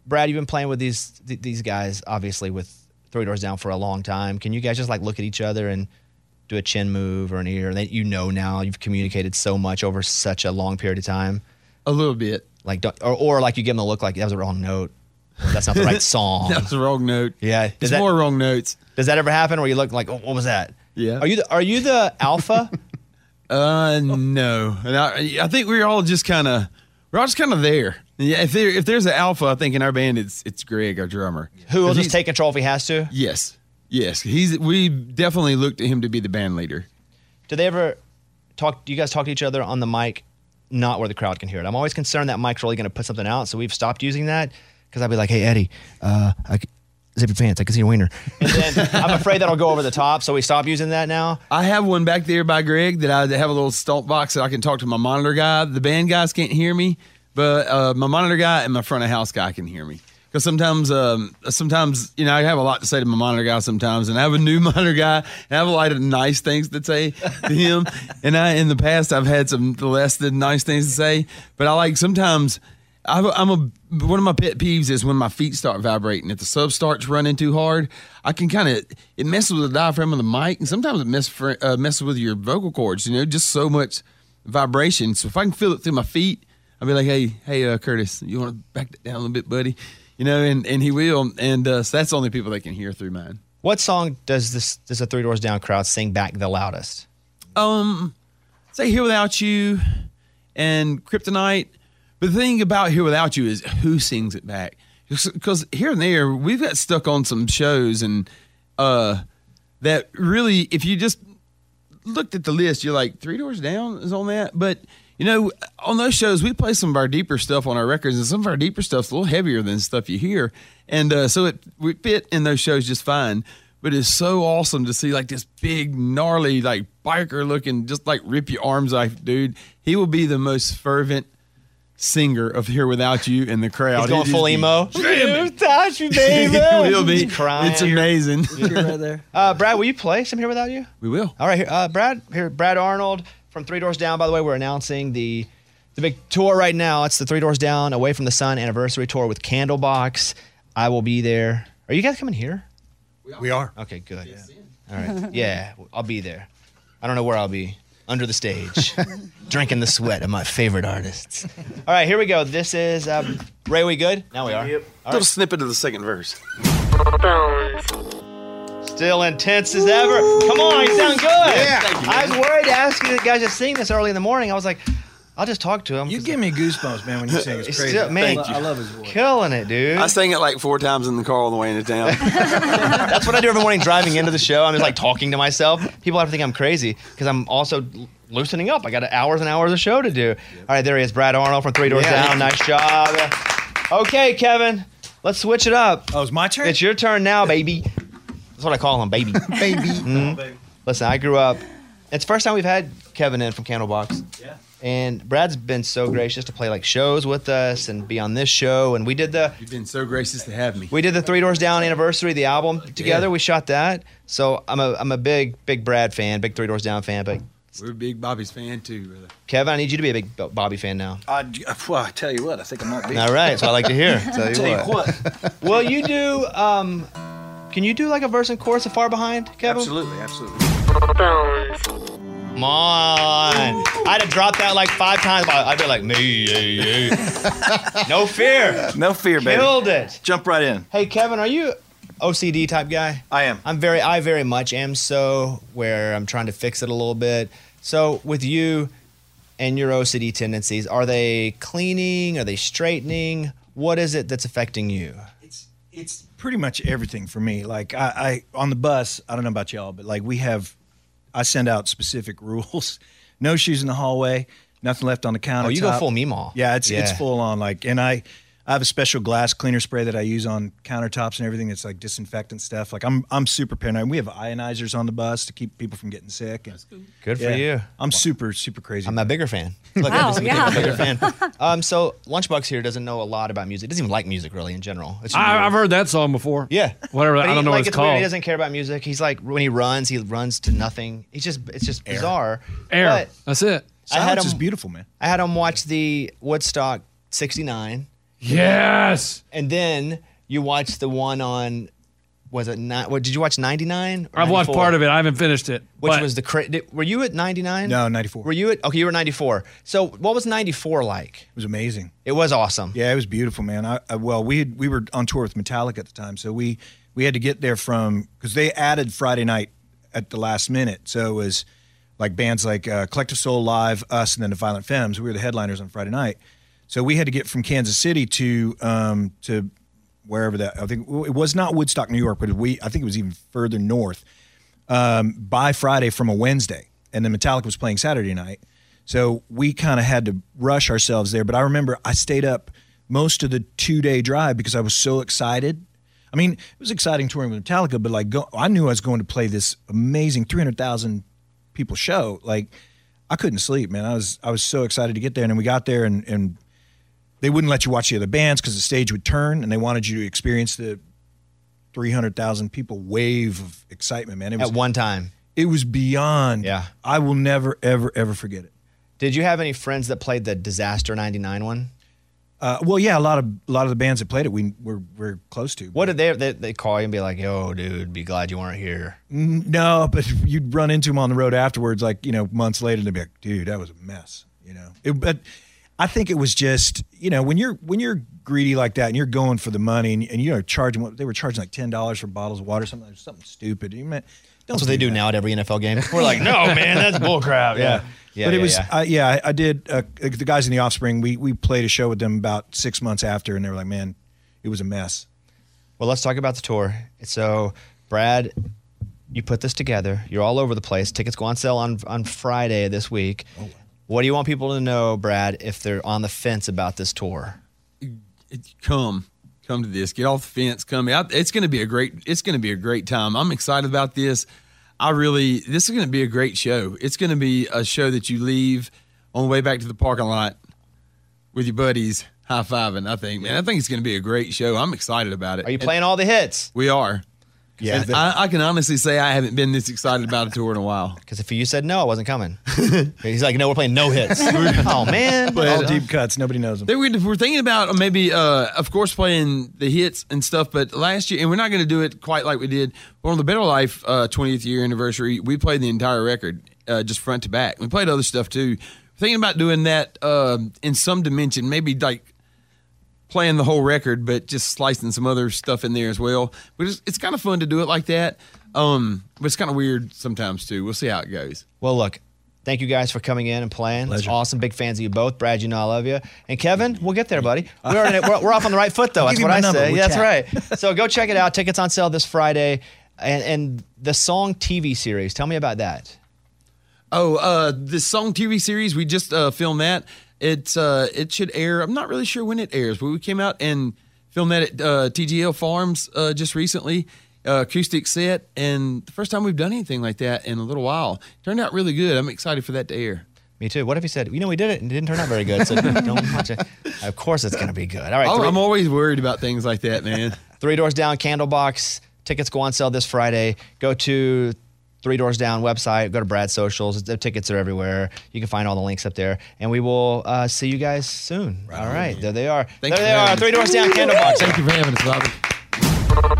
S6: Brad, you've been playing with these th- these guys, obviously with Three Doors Down for a long time. Can you guys just like look at each other and do a chin move or an ear that you know now? You've communicated so much over such a long period of time.
S13: A little bit.
S6: Like, don't, or or like you give them a look like that was a wrong note. That's not the right song.
S13: That was the wrong note.
S6: Yeah,
S13: There's more wrong notes.
S6: Does that ever happen? Where you look like, oh, what was that?
S13: Yeah.
S6: Are you the, are you the alpha?
S13: uh, no. And I, I think we're all just kind of we're all just kind of there. Yeah. If there if there's an alpha, I think in our band it's it's Greg, our drummer,
S6: Who will
S13: 'Cause
S6: just
S13: he's-
S6: take control if he has to?
S13: Yes. Yes. He's we definitely looked at him to be the band leader.
S6: Do they ever talk? Do you guys talk to each other on the mic, not where the crowd can hear it? I'm always concerned that mic's really going to put something out, so we've stopped using that because I'd be like, "Hey, Eddie, uh, I c- zip your pants. I can see your wiener." And then I'm afraid that'll go over the top, so we stop using that now.
S13: I have one back there by Greg that I have a little stomp box that I can talk to my monitor guy. The band guys can't hear me, but uh, my monitor guy and my front of house guy can hear me. Because sometimes, um, sometimes you know, I have a lot to say to my monitor guy sometimes, and I have a new monitor guy, and I have a lot of nice things to say to him. and I, in the past, I've had some less than nice things to say, but I like sometimes. I've, I'm a one of my pet peeves is when my feet start vibrating. If the sub starts running too hard, I can kind of it messes with the diaphragm of the mic, and sometimes it mess fr- uh, messes with your vocal cords. You know, just so much vibration. So if I can feel it through my feet, I'll be like, "Hey, hey, uh, Curtis, you want to back that down a little bit, buddy?" You know, and and he will, and uh, so that's the only people that can hear through mine.
S6: What song does this does the Three Doors Down crowd sing back the loudest?
S13: Um, say here without you, and Kryptonite. But the thing about Here Without You is who sings it back. Because here and there, we've got stuck on some shows, and uh, that really, if you just looked at the list, you're like, Three Doors Down is on that. But, you know, on those shows, we play some of our deeper stuff on our records, and some of our deeper stuff's a little heavier than stuff you hear. And uh, so it we fit in those shows just fine. But it's so awesome to see like this big, gnarly, like biker looking, just like rip your arms off, dude. He will be the most fervent singer of Here Without You in the crowd.
S6: He's going
S13: He'll
S6: full
S13: just be
S6: emo.
S13: jamming.
S6: touch me,
S13: baby. He'll be
S6: crying.
S13: It's amazing.
S6: Uh, Brad, will you play some here without you?
S13: We will.
S6: All right, here, uh, Brad. Here, Brad Arnold from Three Doors Down. By the way, we're announcing the the big tour right now. It's the Three Doors Down Away from the Sun anniversary tour with Candlebox. I will be there. Are you guys coming here?
S14: We are.
S6: Okay, good. All right. Yeah, I'll be there. I don't know where I'll be. Under the stage, drinking the sweat of my favorite artists. All right, here we go. This is um, Ray. We good? Now we are. All
S13: Little snippet of the second verse.
S6: Still intense as ever. Come on, you sound good.
S13: Yeah. Thank you,
S6: I
S13: man.
S6: was worried to ask you guys to sing this early in the morning. I was like, I'll just talk to him. You
S14: give me goosebumps, man, when you sing.
S6: It's still- man,
S14: his voice.
S6: Killing it, dude.
S13: I sang it like four times in the car on the way into town.
S6: That's what I do every morning driving into the show. I'm just like talking to myself. People have to think I'm crazy because I'm also l- loosening up. I got hours and hours of show to do. All right, there he is, Brad Arnold from Three Doors
S14: Yeah.
S6: Down. Nice job. Okay, Kevin, let's switch it up.
S14: Oh, it's my turn?
S6: It's your turn now, baby. That's what I call him, baby. baby. Listen, I grew up. It's the first time we've had Kevin in from Candlebox. Yeah. And Brad's been so gracious to play like shows with us and be on this show. And we did the
S13: You've been so gracious to have me.
S6: we did the Three Doors Down anniversary, the album together.
S13: Yeah.
S6: We shot that. So I'm a I'm a big big Brad fan, big Three Doors Down fan. But
S13: We're a big Bobby's fan too, brother.
S6: Kevin, I need you to be a big Bo- Bobby fan now.
S14: I, well, I tell you what, I think I might be.
S6: All right, so I like to hear. Tell you what.
S14: what.
S6: Will you do? Um, can you do like a verse and chorus of Far Behind, Kevin?
S14: Absolutely, absolutely.
S6: Come on. I'd have dropped that like five times. but I'd be like, me, yeah, yeah. no fear.
S14: No fear, baby.
S6: Killed it.
S14: Jump right in.
S6: Hey, Kevin, are you OCD type guy?
S14: I am.
S6: I'm very, I very much am so, where I'm trying to fix it a little bit. So, with you and your OCD tendencies, are they cleaning? Are they straightening? What is it that's affecting you?
S14: It's pretty much everything for me. Like I, I on the bus, I don't know about y'all, but like we have, I send out specific rules: no shoes in the hallway, nothing left on the counter.
S6: Oh, you go full Meemaw.
S14: Yeah, it's it's
S6: Yeah.
S14: full on. Like, and I, I have a special glass cleaner spray that I use on countertops and everything. That's like disinfectant stuff. Like I'm I'm super paranoid. We have ionizers on the bus to keep people from getting sick. And,
S6: Good for
S14: Yeah.
S6: you.
S14: I'm super super crazy.
S6: I'm a bigger fan. Look,
S14: Wow,
S6: I'm just
S14: yeah.
S6: a bigger fan. Um, so Lunchbox here doesn't know a lot about music. Doesn't even like music really in general. It's
S8: I, I've heard that song before.
S6: Yeah,
S8: whatever.
S6: But
S8: I
S6: he-
S8: don't know
S6: like,
S8: what it's,
S6: weird.
S8: called.
S6: He doesn't care about music. He's like when he runs, he runs to nothing. He's just it's just bizarre.
S8: Air.
S6: But
S8: That's it.
S6: I had
S8: Silence
S6: him,
S8: is
S14: beautiful, man.
S6: I had him watch the Woodstock '69.
S8: Yes.
S6: And then you watched the one on. Was it not? What did you watch? Ninety nine.
S8: I've watched part of it. I haven't finished it.
S6: Which
S8: but-
S6: was the cra- did- were you at 99?
S14: No, 94.
S6: Were you at Okay, you were 94. So what was 94 like? It
S14: was amazing.
S6: It was awesome.
S14: Yeah, it was beautiful, man. I, I well, we had, we were on tour with Metallica at the time, so we we had to get there from because they added Friday night at the last minute. So it was like bands like uh, Collective Soul Live, us, and then the Violent Femmes. We were the headliners on Friday night, so we had to get from Kansas City to um, to wherever that I think it was not Woodstock, New York, but we I think it was even further north um, by Friday from a Wednesday, and then Metallica was playing Saturday night. So we kind of had to rush ourselves there. But I remember I stayed up most of the two day drive because I was so excited. I mean, it was exciting touring with Metallica, but like, go, I knew I was going to play this amazing 300,000 people show. Like, I couldn't sleep, man. I was I was so excited to get there, and then we got there, and and they wouldn't let you watch the other bands because the stage would turn, and they wanted you to experience the 300,000 people wave of excitement, man. It was,
S6: At one time.
S14: It was beyond.
S6: Yeah.
S14: I will never, ever, ever forget it.
S6: Did you have any friends that played the Disaster 99 one?
S14: Uh, well, yeah, a lot of a lot of the bands that played it, we were we're close to.
S6: What did they, they they call you and be like, "Yo, dude, be glad you weren't here."
S14: N- Mm-hmm. No, but you'd run into them on the road afterwards, like you know, months later, and they'd be like, "Dude, that was a mess," you know. It, but I think it was just you know when you're when you're greedy like that and you're going for the money and, and you know charging what they were charging like ten dollars for bottles of water, something something stupid. You meant don't
S6: That's what they do now at every NFL game. We're like, "No, man, that's bullcrap." Yeah. Yeah,
S14: but it
S6: yeah,
S14: was
S6: yeah.
S14: I, yeah. I, I did uh, the guys in the Offspring. We we played a show with them about six months after, and they were like, "Man, it was a mess."
S6: Well, let's talk about the tour. So, Brad, you put this together. You're all over the place. Tickets go on sale on on Friday this week.
S14: Oh,
S6: What do you want people to know, Brad, if they're on the fence about this tour?
S13: Come, come to this. Get off the fence. Come out. It's going to be a great. It's going to be a great time. I'm excited about this. I really. This is going to be a great show. It's going to be a show that you leave on the way back to the parking lot with your buddies high fiving. I think, man, I think it's going to be a great show. I'm excited about it. Are
S6: you playing all the hits?
S13: We are.
S6: Yeah,
S13: And
S6: the-
S13: I, I can honestly say I haven't been this excited about a tour in a while.
S6: Because if you said no, I wasn't coming. He's like, no, we're playing no hits. oh man,
S13: But-
S14: all deep cuts. Nobody knows them.
S13: They were, we're thinking about maybe, uh, of course, playing the hits and stuff, but last year, and we're not going to do it quite like we did. But on the Better Life uh, 20th year anniversary, we played the entire record, uh, just front to back. We played other stuff too. Thinking about doing that um in some dimension, maybe like playing the whole record, but just slicing some other stuff in there as well. But it's, it's kind of fun to do it like that. Um, but it's kind of weird sometimes too. We'll see how it goes.
S6: Well, look, thank you guys for coming in and playing. It's awesome. Big fans of you both. Brad, you know I love you. And Kevin, we'll get there, buddy. We are in- we're, we're off on the right foot, though.
S11: I'll
S6: That's
S11: give you
S6: what
S11: my
S6: I
S11: number.
S6: say.
S11: We'll
S6: That's
S11: chat.
S6: right. So go check it out. Tickets on sale this Friday. And, and the song TV series. Tell me about that.
S13: Oh, uh, the song TV series we just uh, filmed that. It's uh, it should air. I'm not really sure when it airs, but we came out and filmed that at uh, TGL Farms uh, just recently, uh, acoustic set, and the first time we've done anything like that in a little while. Turned out really good. I'm excited for that to air.
S6: Me too. What if he said, you know, we did it and it didn't turn out very good? So don't watch it. Of course, it's going to be good. All right.
S13: Oh,
S6: three-
S13: I'm always worried about things like that, man.
S6: Three Doors Down Candlebox. Tickets go on sale this Friday. Go to Three Doors Down website. Go to Brad's socials. The tickets are everywhere. You can find all the links up there. And we will uh, see you guys soon. All right. There they are.
S13: Thank
S6: there they
S13: you for
S6: are.
S13: having
S6: Three
S13: us.
S6: Doors Down Candlebox.
S13: Thank you for having us, Bobby.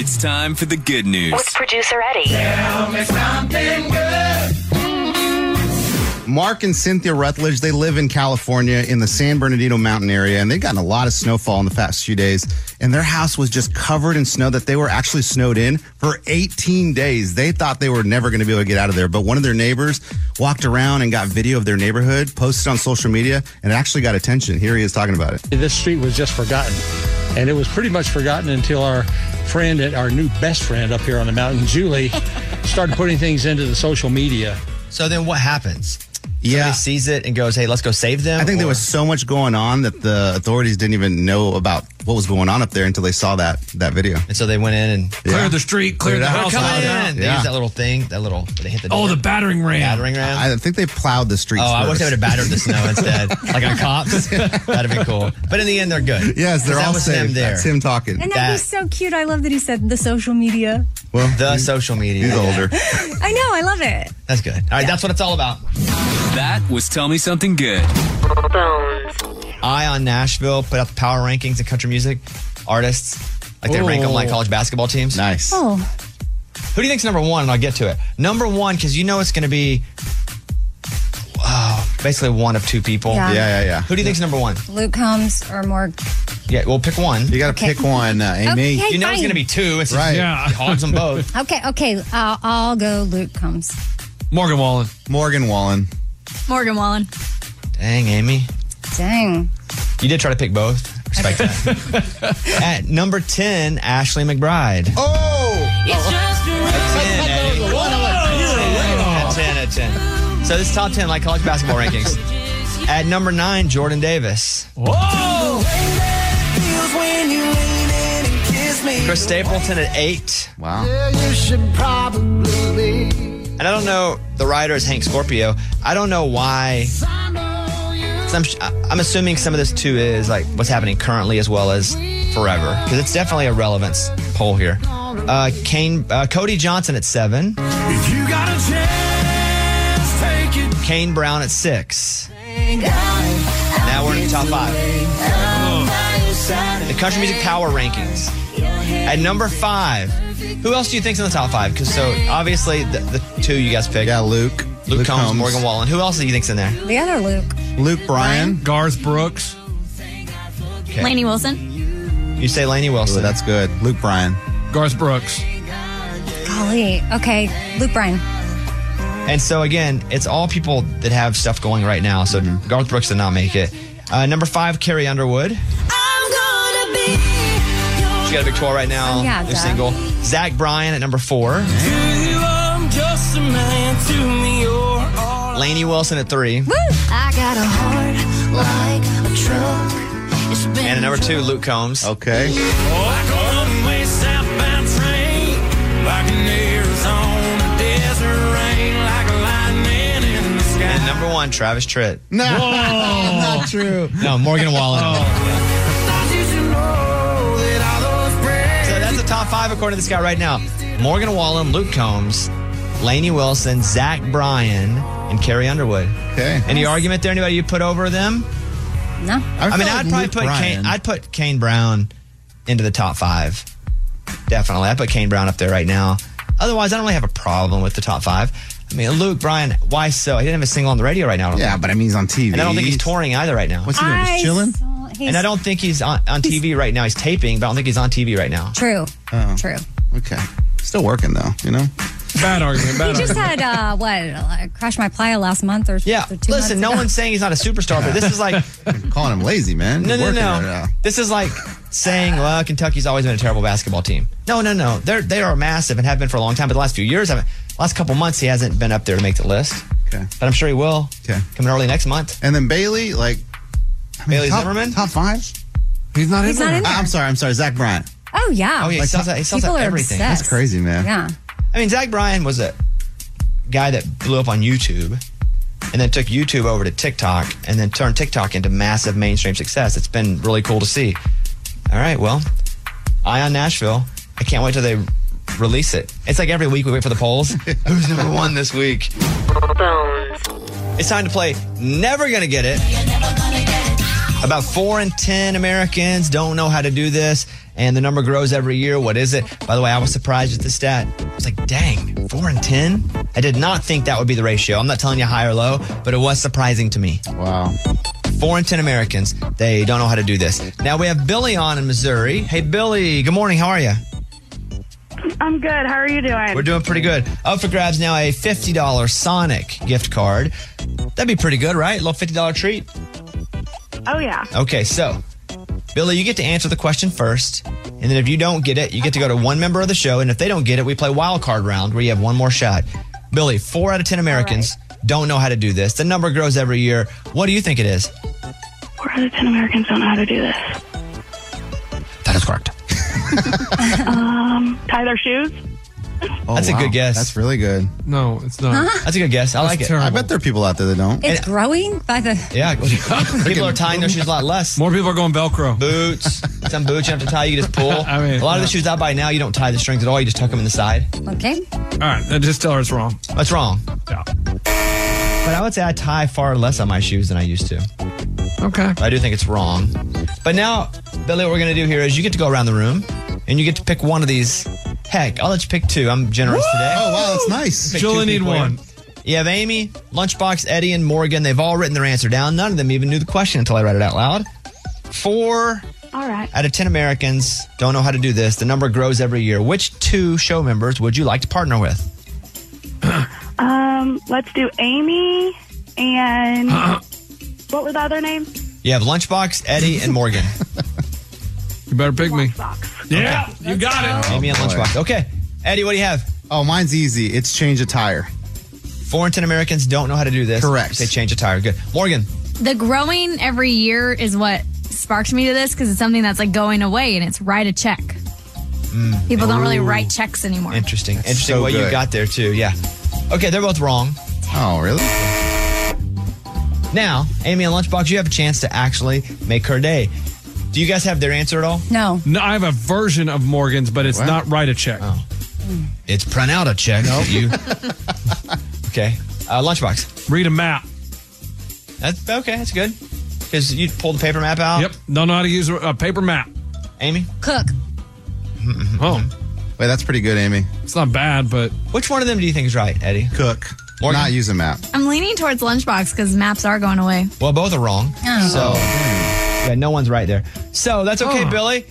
S9: It's time for the good news.
S5: With producer Eddie.
S7: Mark and Cynthia Rutledge, they live in California in the San Bernardino Mountain area, and they've gotten a lot of snowfall in the past few days. And their house was just covered in snow that they were actually snowed in for 18 days. They thought they were never going to be able to get out of there. But one of their neighbors walked around and got video of their neighborhood, posted on social media, and it actually got attention. Here he is talking about it.
S15: This street was just forgotten. And it was pretty much forgotten until our friend, at our new best friend up here on the mountain, Julie, started putting things into the social media.
S6: So then what happens?
S7: Yeah. Somebody
S6: sees it and goes, hey, let's go save them.
S7: I think there was so much going on that the authorities didn't even know about what was going on up there until they saw that that video.
S6: And so they went in and
S7: Yeah.
S6: Clear
S8: street,
S7: cleared the house
S6: Come
S7: out.
S6: in. They
S7: Yeah.
S6: use that little thing, that little. They hit the.
S7: Oh, the
S6: door.
S7: battering ram.
S6: Battering ram.
S7: I think they plowed the streets.
S6: oh, I
S7: first.
S6: wish they would have battered the snow instead, like on cops. That'd be cool. But in the end, they're good.
S7: Yes, they're
S6: That
S7: all
S6: was them
S7: safe.
S6: there.
S7: That's him talking.
S4: And that'd be so cute. I love that he said the social media.
S7: well,
S6: the social media.
S7: He's older.
S4: I know. I love it.
S6: That's good. All right, that's what it's all about.
S9: That was Tell Me Something Good.
S6: I on Nashville put out the power rankings in country music artists. Like they rank them
S11: Oh.
S6: like college basketball teams.
S7: Nice.
S4: Oh,
S6: Who do you think's number one? And I'll get to it. Number one, because you know it's going to be oh, basically one of two people.
S4: Yeah. Yeah, yeah, yeah.
S6: Who do you think's number one?
S4: Luke comes or more.
S6: Yeah, well, pick one. You
S7: got to
S4: Okay. pick one, uh, Amy. Okay,
S6: you know it's
S4: fine.
S6: going to be two. It's
S7: right.
S6: Yeah. Hogs them both.
S4: Okay, okay. Uh, I'll go. Luke comes.
S8: Morgan Wallen.
S7: Morgan Wallen.
S10: Morgan Wallen.
S6: Dang, Amy.
S10: Dang.
S6: You did try to pick both. Respect that. At number 10, Ashley McBride.
S3: Oh! It's just a
S6: Eddie. At 10, at 10. So this is top 10 like college basketball rankings. At number 9, Jordan Davis.
S3: Whoa!
S6: Chris Stapleton at 8. Wow.
S3: You should probably leave.
S6: And I don't know, the writer is Hank Scorpio. I don't know why. I'm, I'm assuming some of this too is like what's happening currently as well as forever. Because it's definitely a relevance poll here. Uh, Kane, uh, Cody Johnson at 7.
S3: If you got a chance, take it.
S6: Kane Brown at 6.
S3: Now
S6: Now we're in the top 5. The country music power rankings. At number five, who else do you think's in the top five? Because so obviously the, the two you guys picked. Yeah,
S7: Luke.
S6: Luke,
S7: Luke
S6: Combs,
S7: Combs.
S6: Morgan Wallen. Who else do you think's in there?
S4: The other Luke.
S7: Luke Bryan.
S8: Garth Brooks.
S6: Okay.
S10: Laney Wilson.
S6: You say Laney Wilson.
S7: that's good. Luke Bryan.
S8: Garth Brooks.
S4: Golly. Okay. Luke Bryan.
S6: And so again, it's all people that have stuff going right now. So
S7: Mm-hmm.
S6: Garth Brooks did not make it. Uh, number five, Carrie Underwood.
S3: I'm gonna be.
S6: She got a big tour right now.
S3: Yeah,
S6: new
S3: duh.
S6: single. Zach Bryan at number four.
S3: You, I'm just a man to me, you're all.
S6: Laney Wilson at three.
S3: I got a heart like a truck. It's been
S6: And at number two, Luke Combs.
S7: Okay.
S3: like a one-way southbound train, like an Arizona desert rain, like a lightning in the sky.
S6: And number one, Travis Tritt.
S7: No, Oh.
S3: Whoa.
S7: not true.
S6: No, Morgan Wallen.
S3: Thought you should know that all those prayers-
S6: So that's the top five according to this guy right now. Morgan Wallen, Luke Combs, Laney Wilson, Zach Bryan, and Carrie Underwood.
S7: Okay.
S6: Any argument there? Anybody you put over them?
S4: No.
S6: I, mean, I'd probably put Kane, I'd put Kane Brown into the top five. Definitely, I put Kane Brown up there right now. Otherwise, I don't really have a problem with the top five. I mean, Luke Bryan, why so? He didn't have a single on the radio right now.
S7: Yeah, but I mean, he's on TV.
S6: And I don't think he's touring either right now.
S7: What's he doing? Just I chilling?
S6: And I don't think he's on, on TV right now. He's taping, but I don't think he's on TV right now.
S4: True.
S7: Oh.
S4: True.
S7: Okay. Still working though, you know?
S8: Bad argument.
S4: He just had uh, what? uh, Crash my playa last month or, yeah, or
S6: Listen,
S4: two months
S6: no
S4: ago.
S6: one's saying he's not a superstar, but this is like
S7: calling him lazy, man.
S6: no,
S7: He's
S6: no,
S7: working uh,
S6: no.
S7: right now.
S6: This is like saying, well, Kentucky's always been a terrible basketball team. No, no, no. They're they are massive and have been for a long time. But the last few years, haven't. Last couple months, he hasn't been up there to make the list.
S7: Okay.
S6: But I'm sure he will.
S7: Okay.
S6: Coming early next month.
S7: And then Bailey, like I mean,
S6: Bailey
S7: top,
S6: Zimmerman?
S7: top five. He's not
S4: He's not in there.
S7: I'm sorry. I'm sorry. Zach Bryant.
S4: Oh yeah.
S6: Oh, yeah, he
S4: Like,
S6: sells out- he sells
S4: people
S6: out
S4: are
S6: everything.
S4: obsessed.
S7: That's crazy, man.
S4: Yeah.
S6: I mean, Zach Bryan was a guy that blew up on YouTube and then took YouTube over to TikTok and then turned TikTok into massive mainstream success. It's been really cool to see. All right, well, Eye on Nashville. I can't wait till they release it. It's like every week we wait for the polls. Who's number one this week? It's time to play Never Gonna Get It. About four in 10 Americans don't know how to do this, and the number grows every year. What is it? By the way, I was surprised at the stat. I was like, dang, four in 10? I did not think that would be the ratio. I'm not telling you high or low, but it was surprising to me.
S7: Wow.
S6: Four in 10 Americans, they don't know how to do this. Now we have Billy on in Missouri. Hey, Billy, good morning. How are you?
S16: I'm good. How are you doing?
S6: We're doing pretty good. Up for grabs now a $50 Sonic gift card. That'd be pretty good, right? A little $50 treat.
S16: Oh yeah.
S6: Okay, so Billy, you get to answer the question first, and then if you don't get it, you get to go to one member of the show, and if they don't get it, we play wild card round where you have one more shot. Billy, four out of ten Americans don't know how to do this. The number grows every year. What do you think it is?
S16: Four out of ten Americans don't know how to do this.
S6: That is correct.
S16: um, tie their shoes.
S6: That's a good guess.
S7: Oh, That's really good.
S8: No, it's
S4: not. Huh?
S6: That's a good guess. I like it.
S7: I bet there are people out there that don't.
S4: It's growing by the.
S6: Yeah, people are tying their shoes a lot less.
S8: More people are going Velcro.
S6: Boots. Some boots you don't have to tie. You just pull.
S8: I mean,
S6: a lot of
S8: yeah.
S6: the shoes I buy now, you don't tie the strings at all. You just tuck them in the side.
S4: Okay.
S8: All right, then just tell her it's wrong.
S6: That's wrong. But I would say I tie far less on my shoes than I used to.
S8: Okay.
S6: I do think it's wrong. But now, Billy, what we're going to do here is you get to go around the room and you get to pick one of these. Heck, I'll let you pick two. I'm generous today.
S7: Oh, wow, that's nice.
S6: Pick
S7: She'll
S6: two
S7: only need
S6: people here.
S7: one.
S6: You have Amy, Lunchbox, Eddie, and Morgan. They've all written their answer down. None of them even knew the question until I read it out loud. Four
S16: All right.
S6: out of 10 Americans don't know how to do this. The number grows every year. Which two show members would you like to partner with?
S16: Um, let's do Amy And what were the other names?
S6: You have Lunchbox, Eddie, and Morgan.
S8: you better pick me. Yeah, you got it.
S6: Amy and Lunchbox. Okay. Eddie, what do you have?
S7: Oh, mine's easy. It's change a tire.
S6: Four in ten Americans don't know how to do this. Correct. They change a tire. Good. Morgan.
S10: The growing every year is what sparked me to this because it's something that's like going away and it's write a check.
S6: Mm.
S10: People don't really
S6: Ooh.
S10: write checks anymore.
S6: Interesting.
S10: That's
S6: Interesting
S10: so
S6: what you
S10: good.
S6: got there too. Yeah. Okay, they're both wrong.
S7: Oh, really?
S6: Now, Amy and Lunchbox, you have a chance to actually make her day. Do you guys have their answer at all?
S10: No.
S8: No, I have a version of Morgan's, but it's not write a check.
S6: Oh. It's print out a check. No. You. okay. Uh, lunchbox.
S8: Read a map.
S6: That's okay. That's good. Because you pulled the paper map out.
S8: Yep. Don't know how to use a- a paper map.
S6: Amy.
S10: Cook.
S8: Oh.
S7: Wait, that's pretty good, Amy.
S8: It's not bad, but
S6: which one of them do you think is right, Eddie?
S7: Cook. Not use a map.
S10: I'm leaning towards Lunchbox because maps are going away.
S6: Well, both are wrong.
S10: Oh.
S6: So, Hmm. yeah, no one's right there. So that's okay,
S10: Oh.
S6: Billy.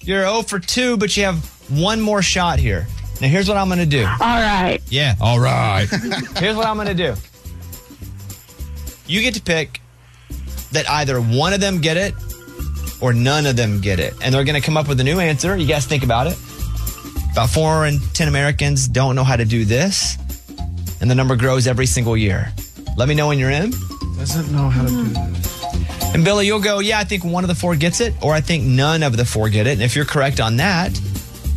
S6: You're 0 for 2, but you have one more shot here. Now, here's what I'm going to do.
S16: All right.
S6: Yeah. All right. Here's what I'm going to do. You get to pick that either one of them get it or none of them get it. And they're going to come up with a new answer. You guys think about it. About 4 in 10 Americans don't know how to do this. And the number grows every single year. Let me know when you're in.
S8: Doesn't know how to do
S6: And Billy, you'll go, yeah, I think one of the four gets it, or I think none of the four get it. And if you're correct on that,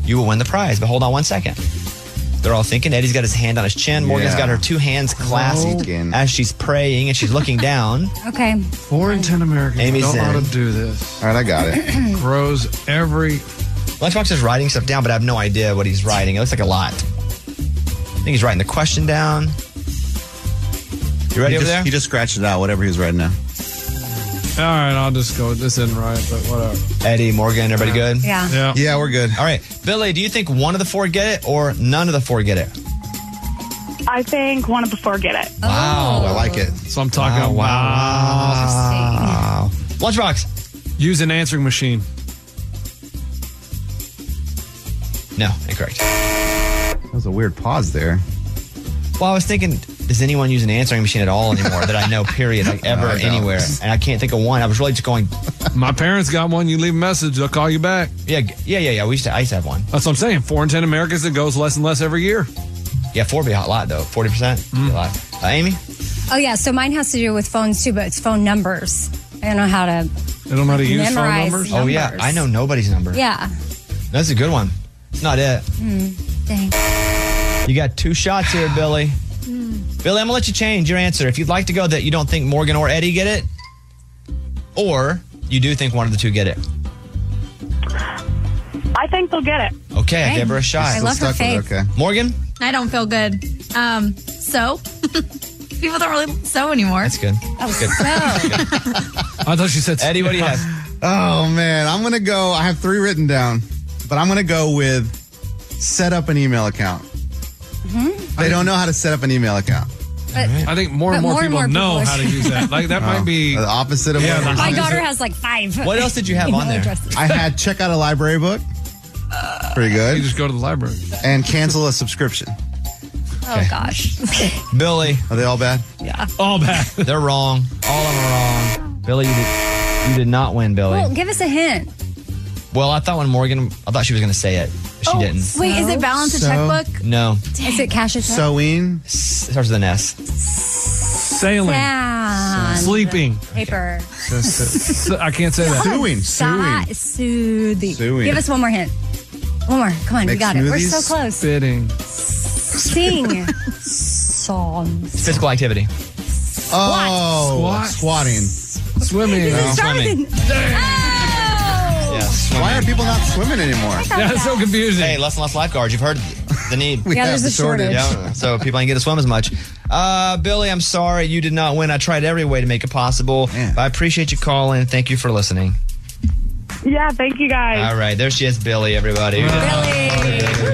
S6: you will win the prize. But hold on one second. They're all thinking. Eddie's got his hand on his chin. Morgan's
S7: Yeah.
S6: got her two hands clasped as she's praying and she's looking down.
S4: Okay.
S8: Four in ten Americans
S6: Amy's
S8: don't know how
S6: in.
S8: to do this.
S7: All right, I got
S6: it.
S8: Grows every.
S6: Lunchbox is writing stuff down, but I have no idea what he's writing. It looks like a lot. I think he's writing the question down. You ready
S7: he
S6: over
S7: just,
S6: there?
S7: He just scratched it out, whatever he's writing now.
S8: All right, I'll just go. This isn't right, but whatever.
S6: Eddie, Morgan, everybody good?
S8: Yeah. Yeah.
S7: we're good.
S6: All right. Billy, do you think one of the four get it or none of the four get it?
S16: I think one of the four get it.
S4: Oh.
S6: Wow. I
S7: like it.
S8: So I'm talking
S6: Wow,
S8: about
S6: wow. Lunchbox.
S8: Use an answering machine.
S6: No, incorrect.
S7: That was a weird pause there.
S6: Well, I was thinking, does anyone use an answering machine at all anymore that I know, period, like ever,
S8: No, I don't.
S6: anywhere? And I can't think of one. I was really just going,
S8: My parents got one. You leave a message, they'll call you back.
S6: Yeah, yeah, yeah, yeah. We used to, I used to have one.
S8: That's what I'm saying. Four in ten Americans, it goes less and less every year. Mm-hmm.
S6: Yeah, four would be a hot lot though. Forty percent, a lot. Uh, Amy,
S4: Oh yeah, so mine has to do with phones too, but it's phone numbers. I don't know how to.
S8: they don't know how to use
S4: Memorize
S6: phone numbers. Oh yeah,
S4: numbers.
S6: I know nobody's number.
S4: Yeah.
S6: that's a good one. It's not it.
S4: Hmm. dang.
S6: You got two shots here, Billy. Billy, I'm gonna let you change your answer if you'd like to go that you don't think Morgan or Eddie get it, or you do think one of the two get it.
S16: I think they'll get it.
S6: Okay, I
S10: Okay.
S6: gave her a shot.
S10: I love her Stuck with it, faith. okay.
S6: Morgan,
S10: I don't feel good. Um, so people don't really sew anymore. That's
S6: good.
S10: Oh,
S6: Good.
S10: so
S8: I thought she said
S6: Eddie. What do you have?
S7: Oh man, I'm gonna go. I have three written down, but I'm gonna go with set up an email account.
S3: Mm-hmm.
S7: They don't know how to set up an email account.
S8: I think more and
S4: But
S8: more,
S4: more and
S8: people
S4: more people
S8: know
S4: are-
S8: how to use that. Like that
S7: Oh,
S8: might be
S7: the opposite of
S8: Yeah,
S7: what
S4: My daughter has like five. email addresses.
S7: I had check out a library book. Pretty good. You
S8: just go to the library
S7: and cancel a subscription.
S4: Oh gosh.
S6: Billy,
S7: are they all bad?
S4: Yeah.
S8: All bad.
S6: They're wrong. All of them are wrong. Billy, you did, you did not win, Billy.
S4: Well, give us a hint.
S6: Well, I thought when Morgan, I thought she was going to say it. but She
S4: Oh,
S6: didn't.
S4: wait, is it balance a So- checkbook?
S6: No.
S4: Is it cash a check?
S7: Sewing.
S6: It starts with an S.
S8: sailing,
S4: Sound.
S8: sleeping.
S4: Paper.
S8: I can't say that.
S4: Sewing, Sa- Soothing.
S8: Sewing.
S4: Give us one more hint. One more. Come on, we got it. We're so close.
S8: Spitting.
S4: Sing songs.
S6: Physical activity.
S7: Oh, squatting.
S8: Swimming.
S4: This is
S6: Swimming.
S3: Oh!
S6: Yeah, swimming.
S7: Why are people not swimming anymore?
S6: That's
S8: so confusing.
S6: Hey, less and less lifeguards. You've heard the need.
S7: We Yeah, have there's the a shortage. shortage.
S6: Yeah, so people ain't get to swim as much. Uh, Billy, I'm sorry you did not win. I tried every way to make it possible. But I appreciate you calling. Thank you for listening.
S16: Yeah, thank you guys.
S6: All right, there she is, Billy. Everybody. Billy.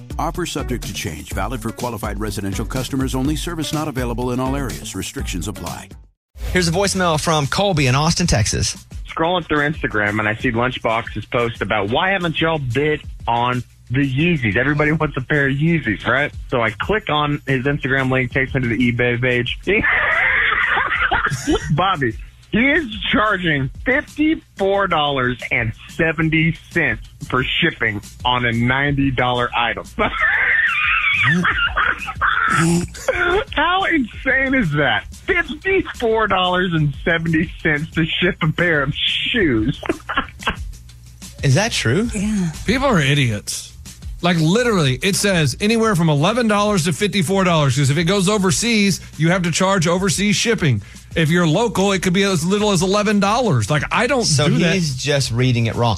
S2: Offer subject to change, valid for qualified residential customers only, service not available in all areas. Restrictions apply.
S6: Here's a voicemail from Colby in Austin, Texas.
S17: Scrolling through Instagram and I see Lunchbox's post about why haven't y'all bid on the Yeezys? Everybody wants a pair of Yeezys, right? So I click on his Instagram link, takes me to the eBay page. Bobby, he is charging $54.70 for shipping on a $90 item. How insane is that? $54.70 to ship a pair of shoes.
S6: Is that true?
S8: Yeah. People are idiots. Like literally, it says anywhere from eleven dollars to fifty-four dollars. Because if it goes overseas, you have to charge overseas shipping. If you're local, it could be as little as eleven dollars. Like I don't
S6: So
S8: do that.
S6: he's just reading it wrong.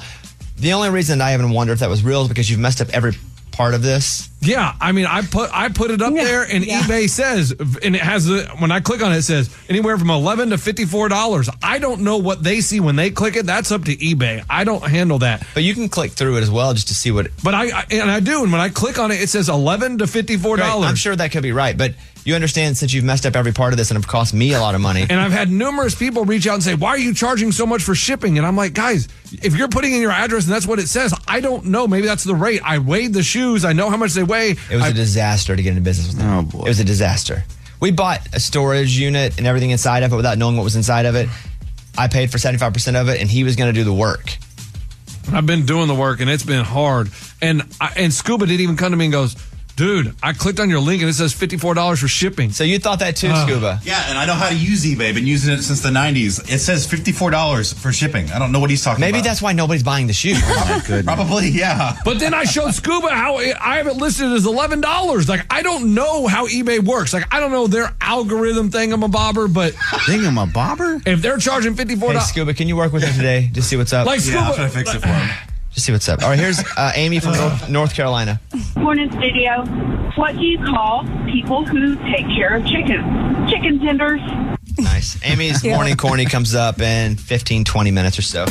S6: The only reason I even wonder if that was real is because you've messed up every part of this.
S8: Yeah, I mean, I put I put it up there, and eBay says, and it has the when I click on it, it says anywhere from eleven to fifty four dollars. I don't know what they see when they click it. That's up to eBay. I don't handle that.
S6: But you can click through it as well just to see what.
S8: But I, I and I do, and when I click on it, it says eleven to fifty four dollars.
S6: I'm sure that could be right, but you understand since you've messed up every part of this and have cost me a lot of money.
S8: And I've had numerous people reach out and say, "Why are you charging so much for shipping?" And I'm like, "Guys, if you're putting in your address and that's what it says, I don't know. Maybe that's the rate. I weighed the shoes. I know how much they weigh.
S6: It was a disaster to get into business with them. Oh boy, it was a disaster. We bought a storage unit and everything inside of it without knowing what was inside of it. I paid for seventy five percent of it, and he was going to do the work.
S8: I've been doing the work and it's been hard. And I, and Scuba didn't even come to me and goes, "Dude, I clicked on your link and it says fifty four dollars for shipping." So
S6: you thought that too, Scuba?
S18: Yeah, and I know how to use eBay. Been using it since the '90s. It says fifty-four dollars for shipping. I don't know what he's talking
S6: Maybe
S18: about.
S6: that's why nobody's buying the shoe. Oh,
S18: Probably, yeah.
S8: But then I showed Scuba how it, I have it listed as eleven dollars. Like I don't know how eBay works. Like I don't know their algorithm thingamabobber, but
S6: thingamabobber.
S8: If they're charging fifty four
S6: Hey,
S8: dollars,
S6: Scuba, can you work with him today? Just see what's up.
S8: Like Yeah, Scuba- I'm trying to
S18: fix it for him.
S6: Just see what's up. All right, here's uh, Amy from North, North Carolina.
S19: Morning studio. What do you call people who take care of chickens? Chicken tenders.
S6: Nice. Amy's morning corny comes up in 15, 20 minutes or so.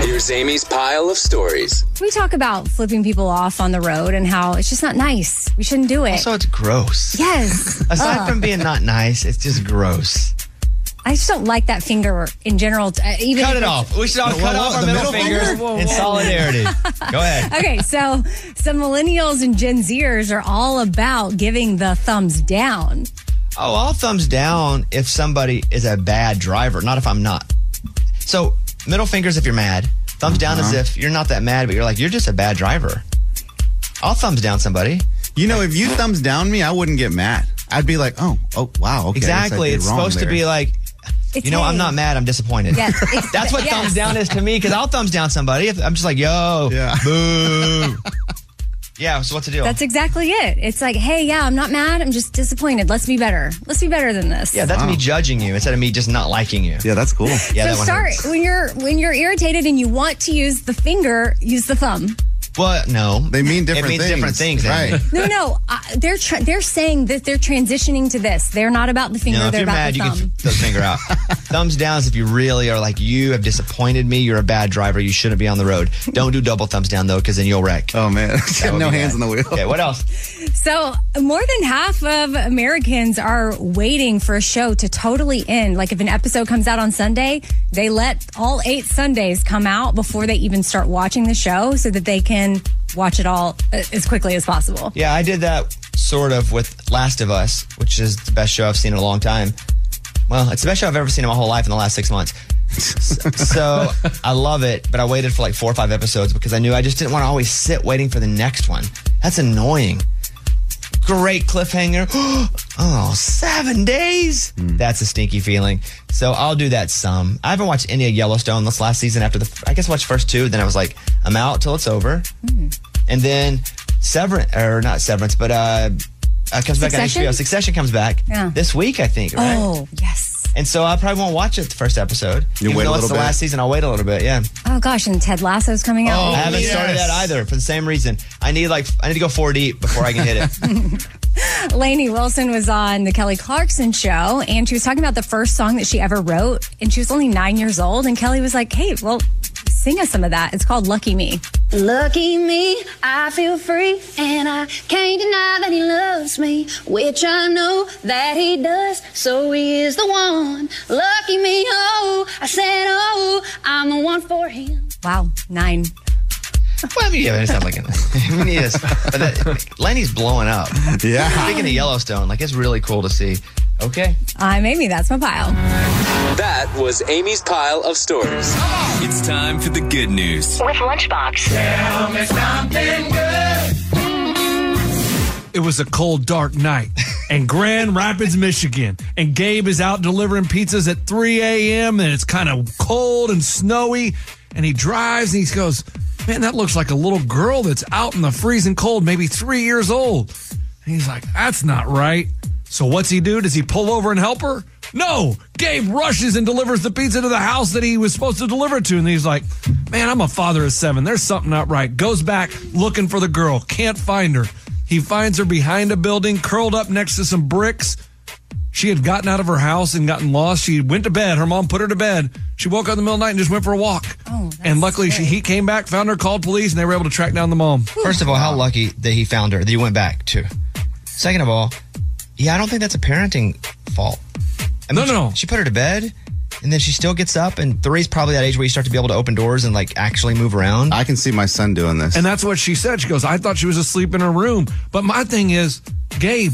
S9: Here's Amy's pile of stories.
S4: We talk about flipping people off on the road and how it's just not nice. We shouldn't do it. Also,
S6: it's gross.
S4: Yes.
S6: Aside
S4: Ugh.
S6: from being not nice, it's just gross.
S4: I just don't like that finger in general. t- uh, even
S6: Cut
S4: if
S6: it
S4: it's-
S6: off. We should all
S4: Whoa,
S6: cut
S4: whoa,
S6: off
S4: whoa,
S6: our
S4: the
S6: middle
S4: middle
S6: fingers
S4: finger? Whoa,
S6: in
S4: whoa.
S6: solidarity. Go ahead.
S4: Okay, so some millennials and Gen Zers are all about giving the thumbs down.
S6: Oh, all thumbs down if somebody is a bad driver, not if I'm not. So, middle fingers if you're mad, thumbs down
S4: Uh-huh.
S6: as if you're not that mad, but you're like, you're just a bad driver. I'll thumbs down somebody.
S7: You know, if you thumbs down me, I wouldn't get mad. I'd be like, oh, oh, wow. Okay, I guess I
S6: Exactly.
S7: did
S6: It's
S7: wrong
S6: supposed to
S7: there.
S6: be like, you know, I'm not mad. I'm disappointed.
S7: Yeah,
S6: That's what thumbs down is to me because I'll thumbs down somebody. If I'm just like, yo, boo. yeah. So what's the deal?
S4: That's exactly it. It's like, hey, yeah, I'm not mad. I'm just disappointed. Let's be better. Let's be better than this.
S6: yeah, that's me judging you instead of me just not liking you.
S7: Yeah, that's cool.
S6: Yeah, that
S4: so
S6: one
S4: start
S6: hurts.
S4: when you're when you're irritated and you want to use the finger, use the thumb.
S6: Well, no, they mean
S7: different
S6: It means different
S7: things.
S6: things, eh? Amy.
S7: Right.
S4: No, no, uh, they're tr- they're saying that they're transitioning to this. They're not about the finger;
S6: You know, if
S4: they're
S6: you're
S4: about
S6: mad,
S4: the
S6: you
S4: thumb.
S6: can f- throw the finger out. Thumbs down is if you really are like, you have disappointed me. You're a bad driver. You shouldn't be on the road. Don't do double thumbs down though, because then you'll wreck. Oh man,
S7: No hands on the wheel.
S6: Okay, what else?
S4: So, more than half of Americans are waiting for a show to totally end. Like, if an episode comes out on Sunday, they let all eight Sundays come out before they even start watching the show so that they can watch it all uh, as quickly as possible.
S6: Yeah, I did that sort of with Last of Us, which is the best show I've seen in a long time. Well, it's the best show I've ever seen in my whole life in the last six months. S- so I love it, but I waited for like four or five episodes because I knew I just didn't want to always sit waiting for the next one. That's annoying. Great cliffhanger. oh, seven days? That's a stinky feeling. So I'll do that some. I haven't watched any of Yellowstone this last season after the, I guess I watched the first two, then I was like, I'm out till it's over.
S5: Hmm.
S6: And then Severance, or not Severance, but uh, uh comes back on
S4: Succession?
S6: HBO. Succession comes back
S4: Yeah.
S6: this week, I think. Right?
S4: Oh, yes.
S6: And so I probably won't watch it the first episode.
S13: You'll
S6: Even
S13: wait a
S6: though it's
S13: little
S6: the
S13: bit.
S6: last season, I'll wait a little bit. Yeah.
S4: Oh, gosh. And Ted Lasso's coming out.
S6: Oh, I haven't started that either for the same reason. I need like I need to go four deep before I can hit it.
S4: Lainey Wilson was on the Kelly Clarkson show, and she was talking about the first song that she ever wrote, and she was only nine years old. And Kelly was like, "Hey, well, sing us some of that. It's called Lucky Me."
S20: Lucky me, I feel free, and I can't deny that he loves me, which I know that he does, so he is the one. Lucky me, oh, I said, oh, I'm the one for him.
S4: Wow, nine.
S6: Well, I mean, yeah, but it's not like an, we need this. But that, Lenny's blowing up. Yeah. Speaking of Yellowstone, like it's really cool to see. Okay.
S4: I'm Amy. Uh, That's my pile.
S9: That was Amy's pile of stories. It's time for the good news.
S5: With Lunchbox. Tell me something good.
S8: It was a cold, dark night in Grand Rapids, Michigan. And Gabe is out delivering pizzas at 3 a.m. and it's kind of cold and snowy. And he drives and he goes, Man, that looks like a little girl that's out in the freezing cold, maybe three years old. And he's like, That's not right. So what's he do? Does he pull over and help her? No. Gabe rushes and delivers the pizza to the house that he was supposed to deliver it to. And he's like, Man, I'm a father of seven. There's something not right. Goes back looking for the girl, can't find her. He finds her behind a building, curled up next to some bricks. She had gotten out of her house and gotten lost. She went to bed. Her mom put her to bed. She woke up in the middle of the night and just went for a walk. Oh, and luckily, she, he came back, found her, called police, and they were able to track down the mom.
S6: First of all, how lucky that he found her, that he went back to. Second of all, yeah, I don't think that's a parenting fault. I mean, no, no. She, she put her to bed, and then she still gets up, and three's probably that age where you start to be able to open doors and like actually move around. I can see my son doing this.
S8: And that's what she said. She goes, I thought she was asleep in her room. But my thing is, Gabe,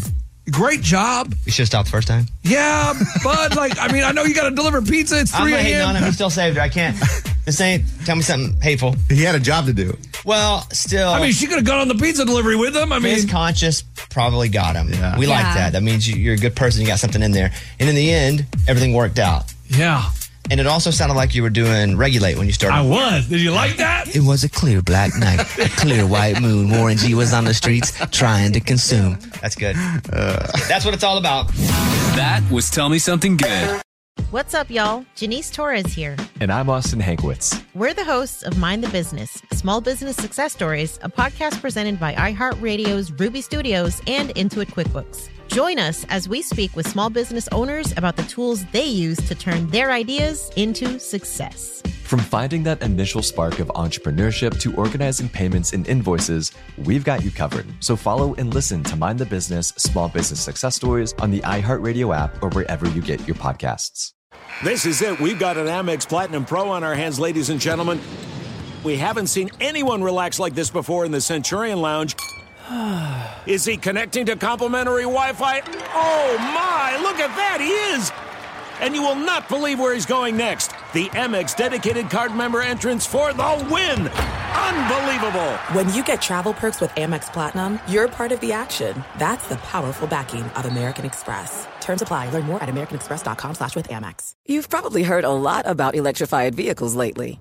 S8: great job.
S6: You should have stopped the first time.
S8: Yeah, but like, I mean, I know you got to deliver pizza. It's
S6: I'm
S8: 3
S6: not hating
S8: a.m.
S6: on him. He still saved her. I can't. This ain't. Tell me something hateful. He had a job to do. Well, still.
S8: I mean, she could have gone on the pizza delivery with him. I mean,
S6: his conscience probably got him. We like
S8: Yeah.
S6: that. That means you- you're a good person. You got something in there. And in the end, everything worked out.
S8: Yeah.
S6: And it also sounded like you were doing regulate when you started.
S8: I was. Did you like that?
S6: It was a clear black night, a clear white moon. Warren G was on the streets trying to consume. That's good. That's what it's all about.
S9: That was Tell Me Something Good.
S1: What's up, y'all? Janice Torres here.
S21: And I'm Austin Hankwitz.
S1: We're the hosts of Mind the Business Small Business Success Stories, a podcast presented by iHeartRadio's Ruby Studios and Intuit QuickBooks. Join us as we speak with small business owners about the tools they use to turn their ideas into success.
S21: From finding that initial spark of entrepreneurship to organizing payments and invoices, we've got you covered. So follow and listen to Mind the Business Small Business Success Stories on the iHeartRadio app or wherever you get your podcasts.
S22: This is it. We've got an Amex Platinum Pro on our hands, ladies and gentlemen. We haven't seen anyone relax like this before in the Centurion Lounge.
S5: Oh,
S22: Is he connecting to complimentary Wi Fi? Oh my, look at that! He is! And you will not believe where he's going next. The Amex dedicated card member entrance for the win! Unbelievable!
S23: When you get travel perks with Amex Platinum, you're part of the action. That's the powerful backing of American Express. Terms apply. Learn more at americanexpress.com slash with Amex. You've probably heard a lot about electrified vehicles lately.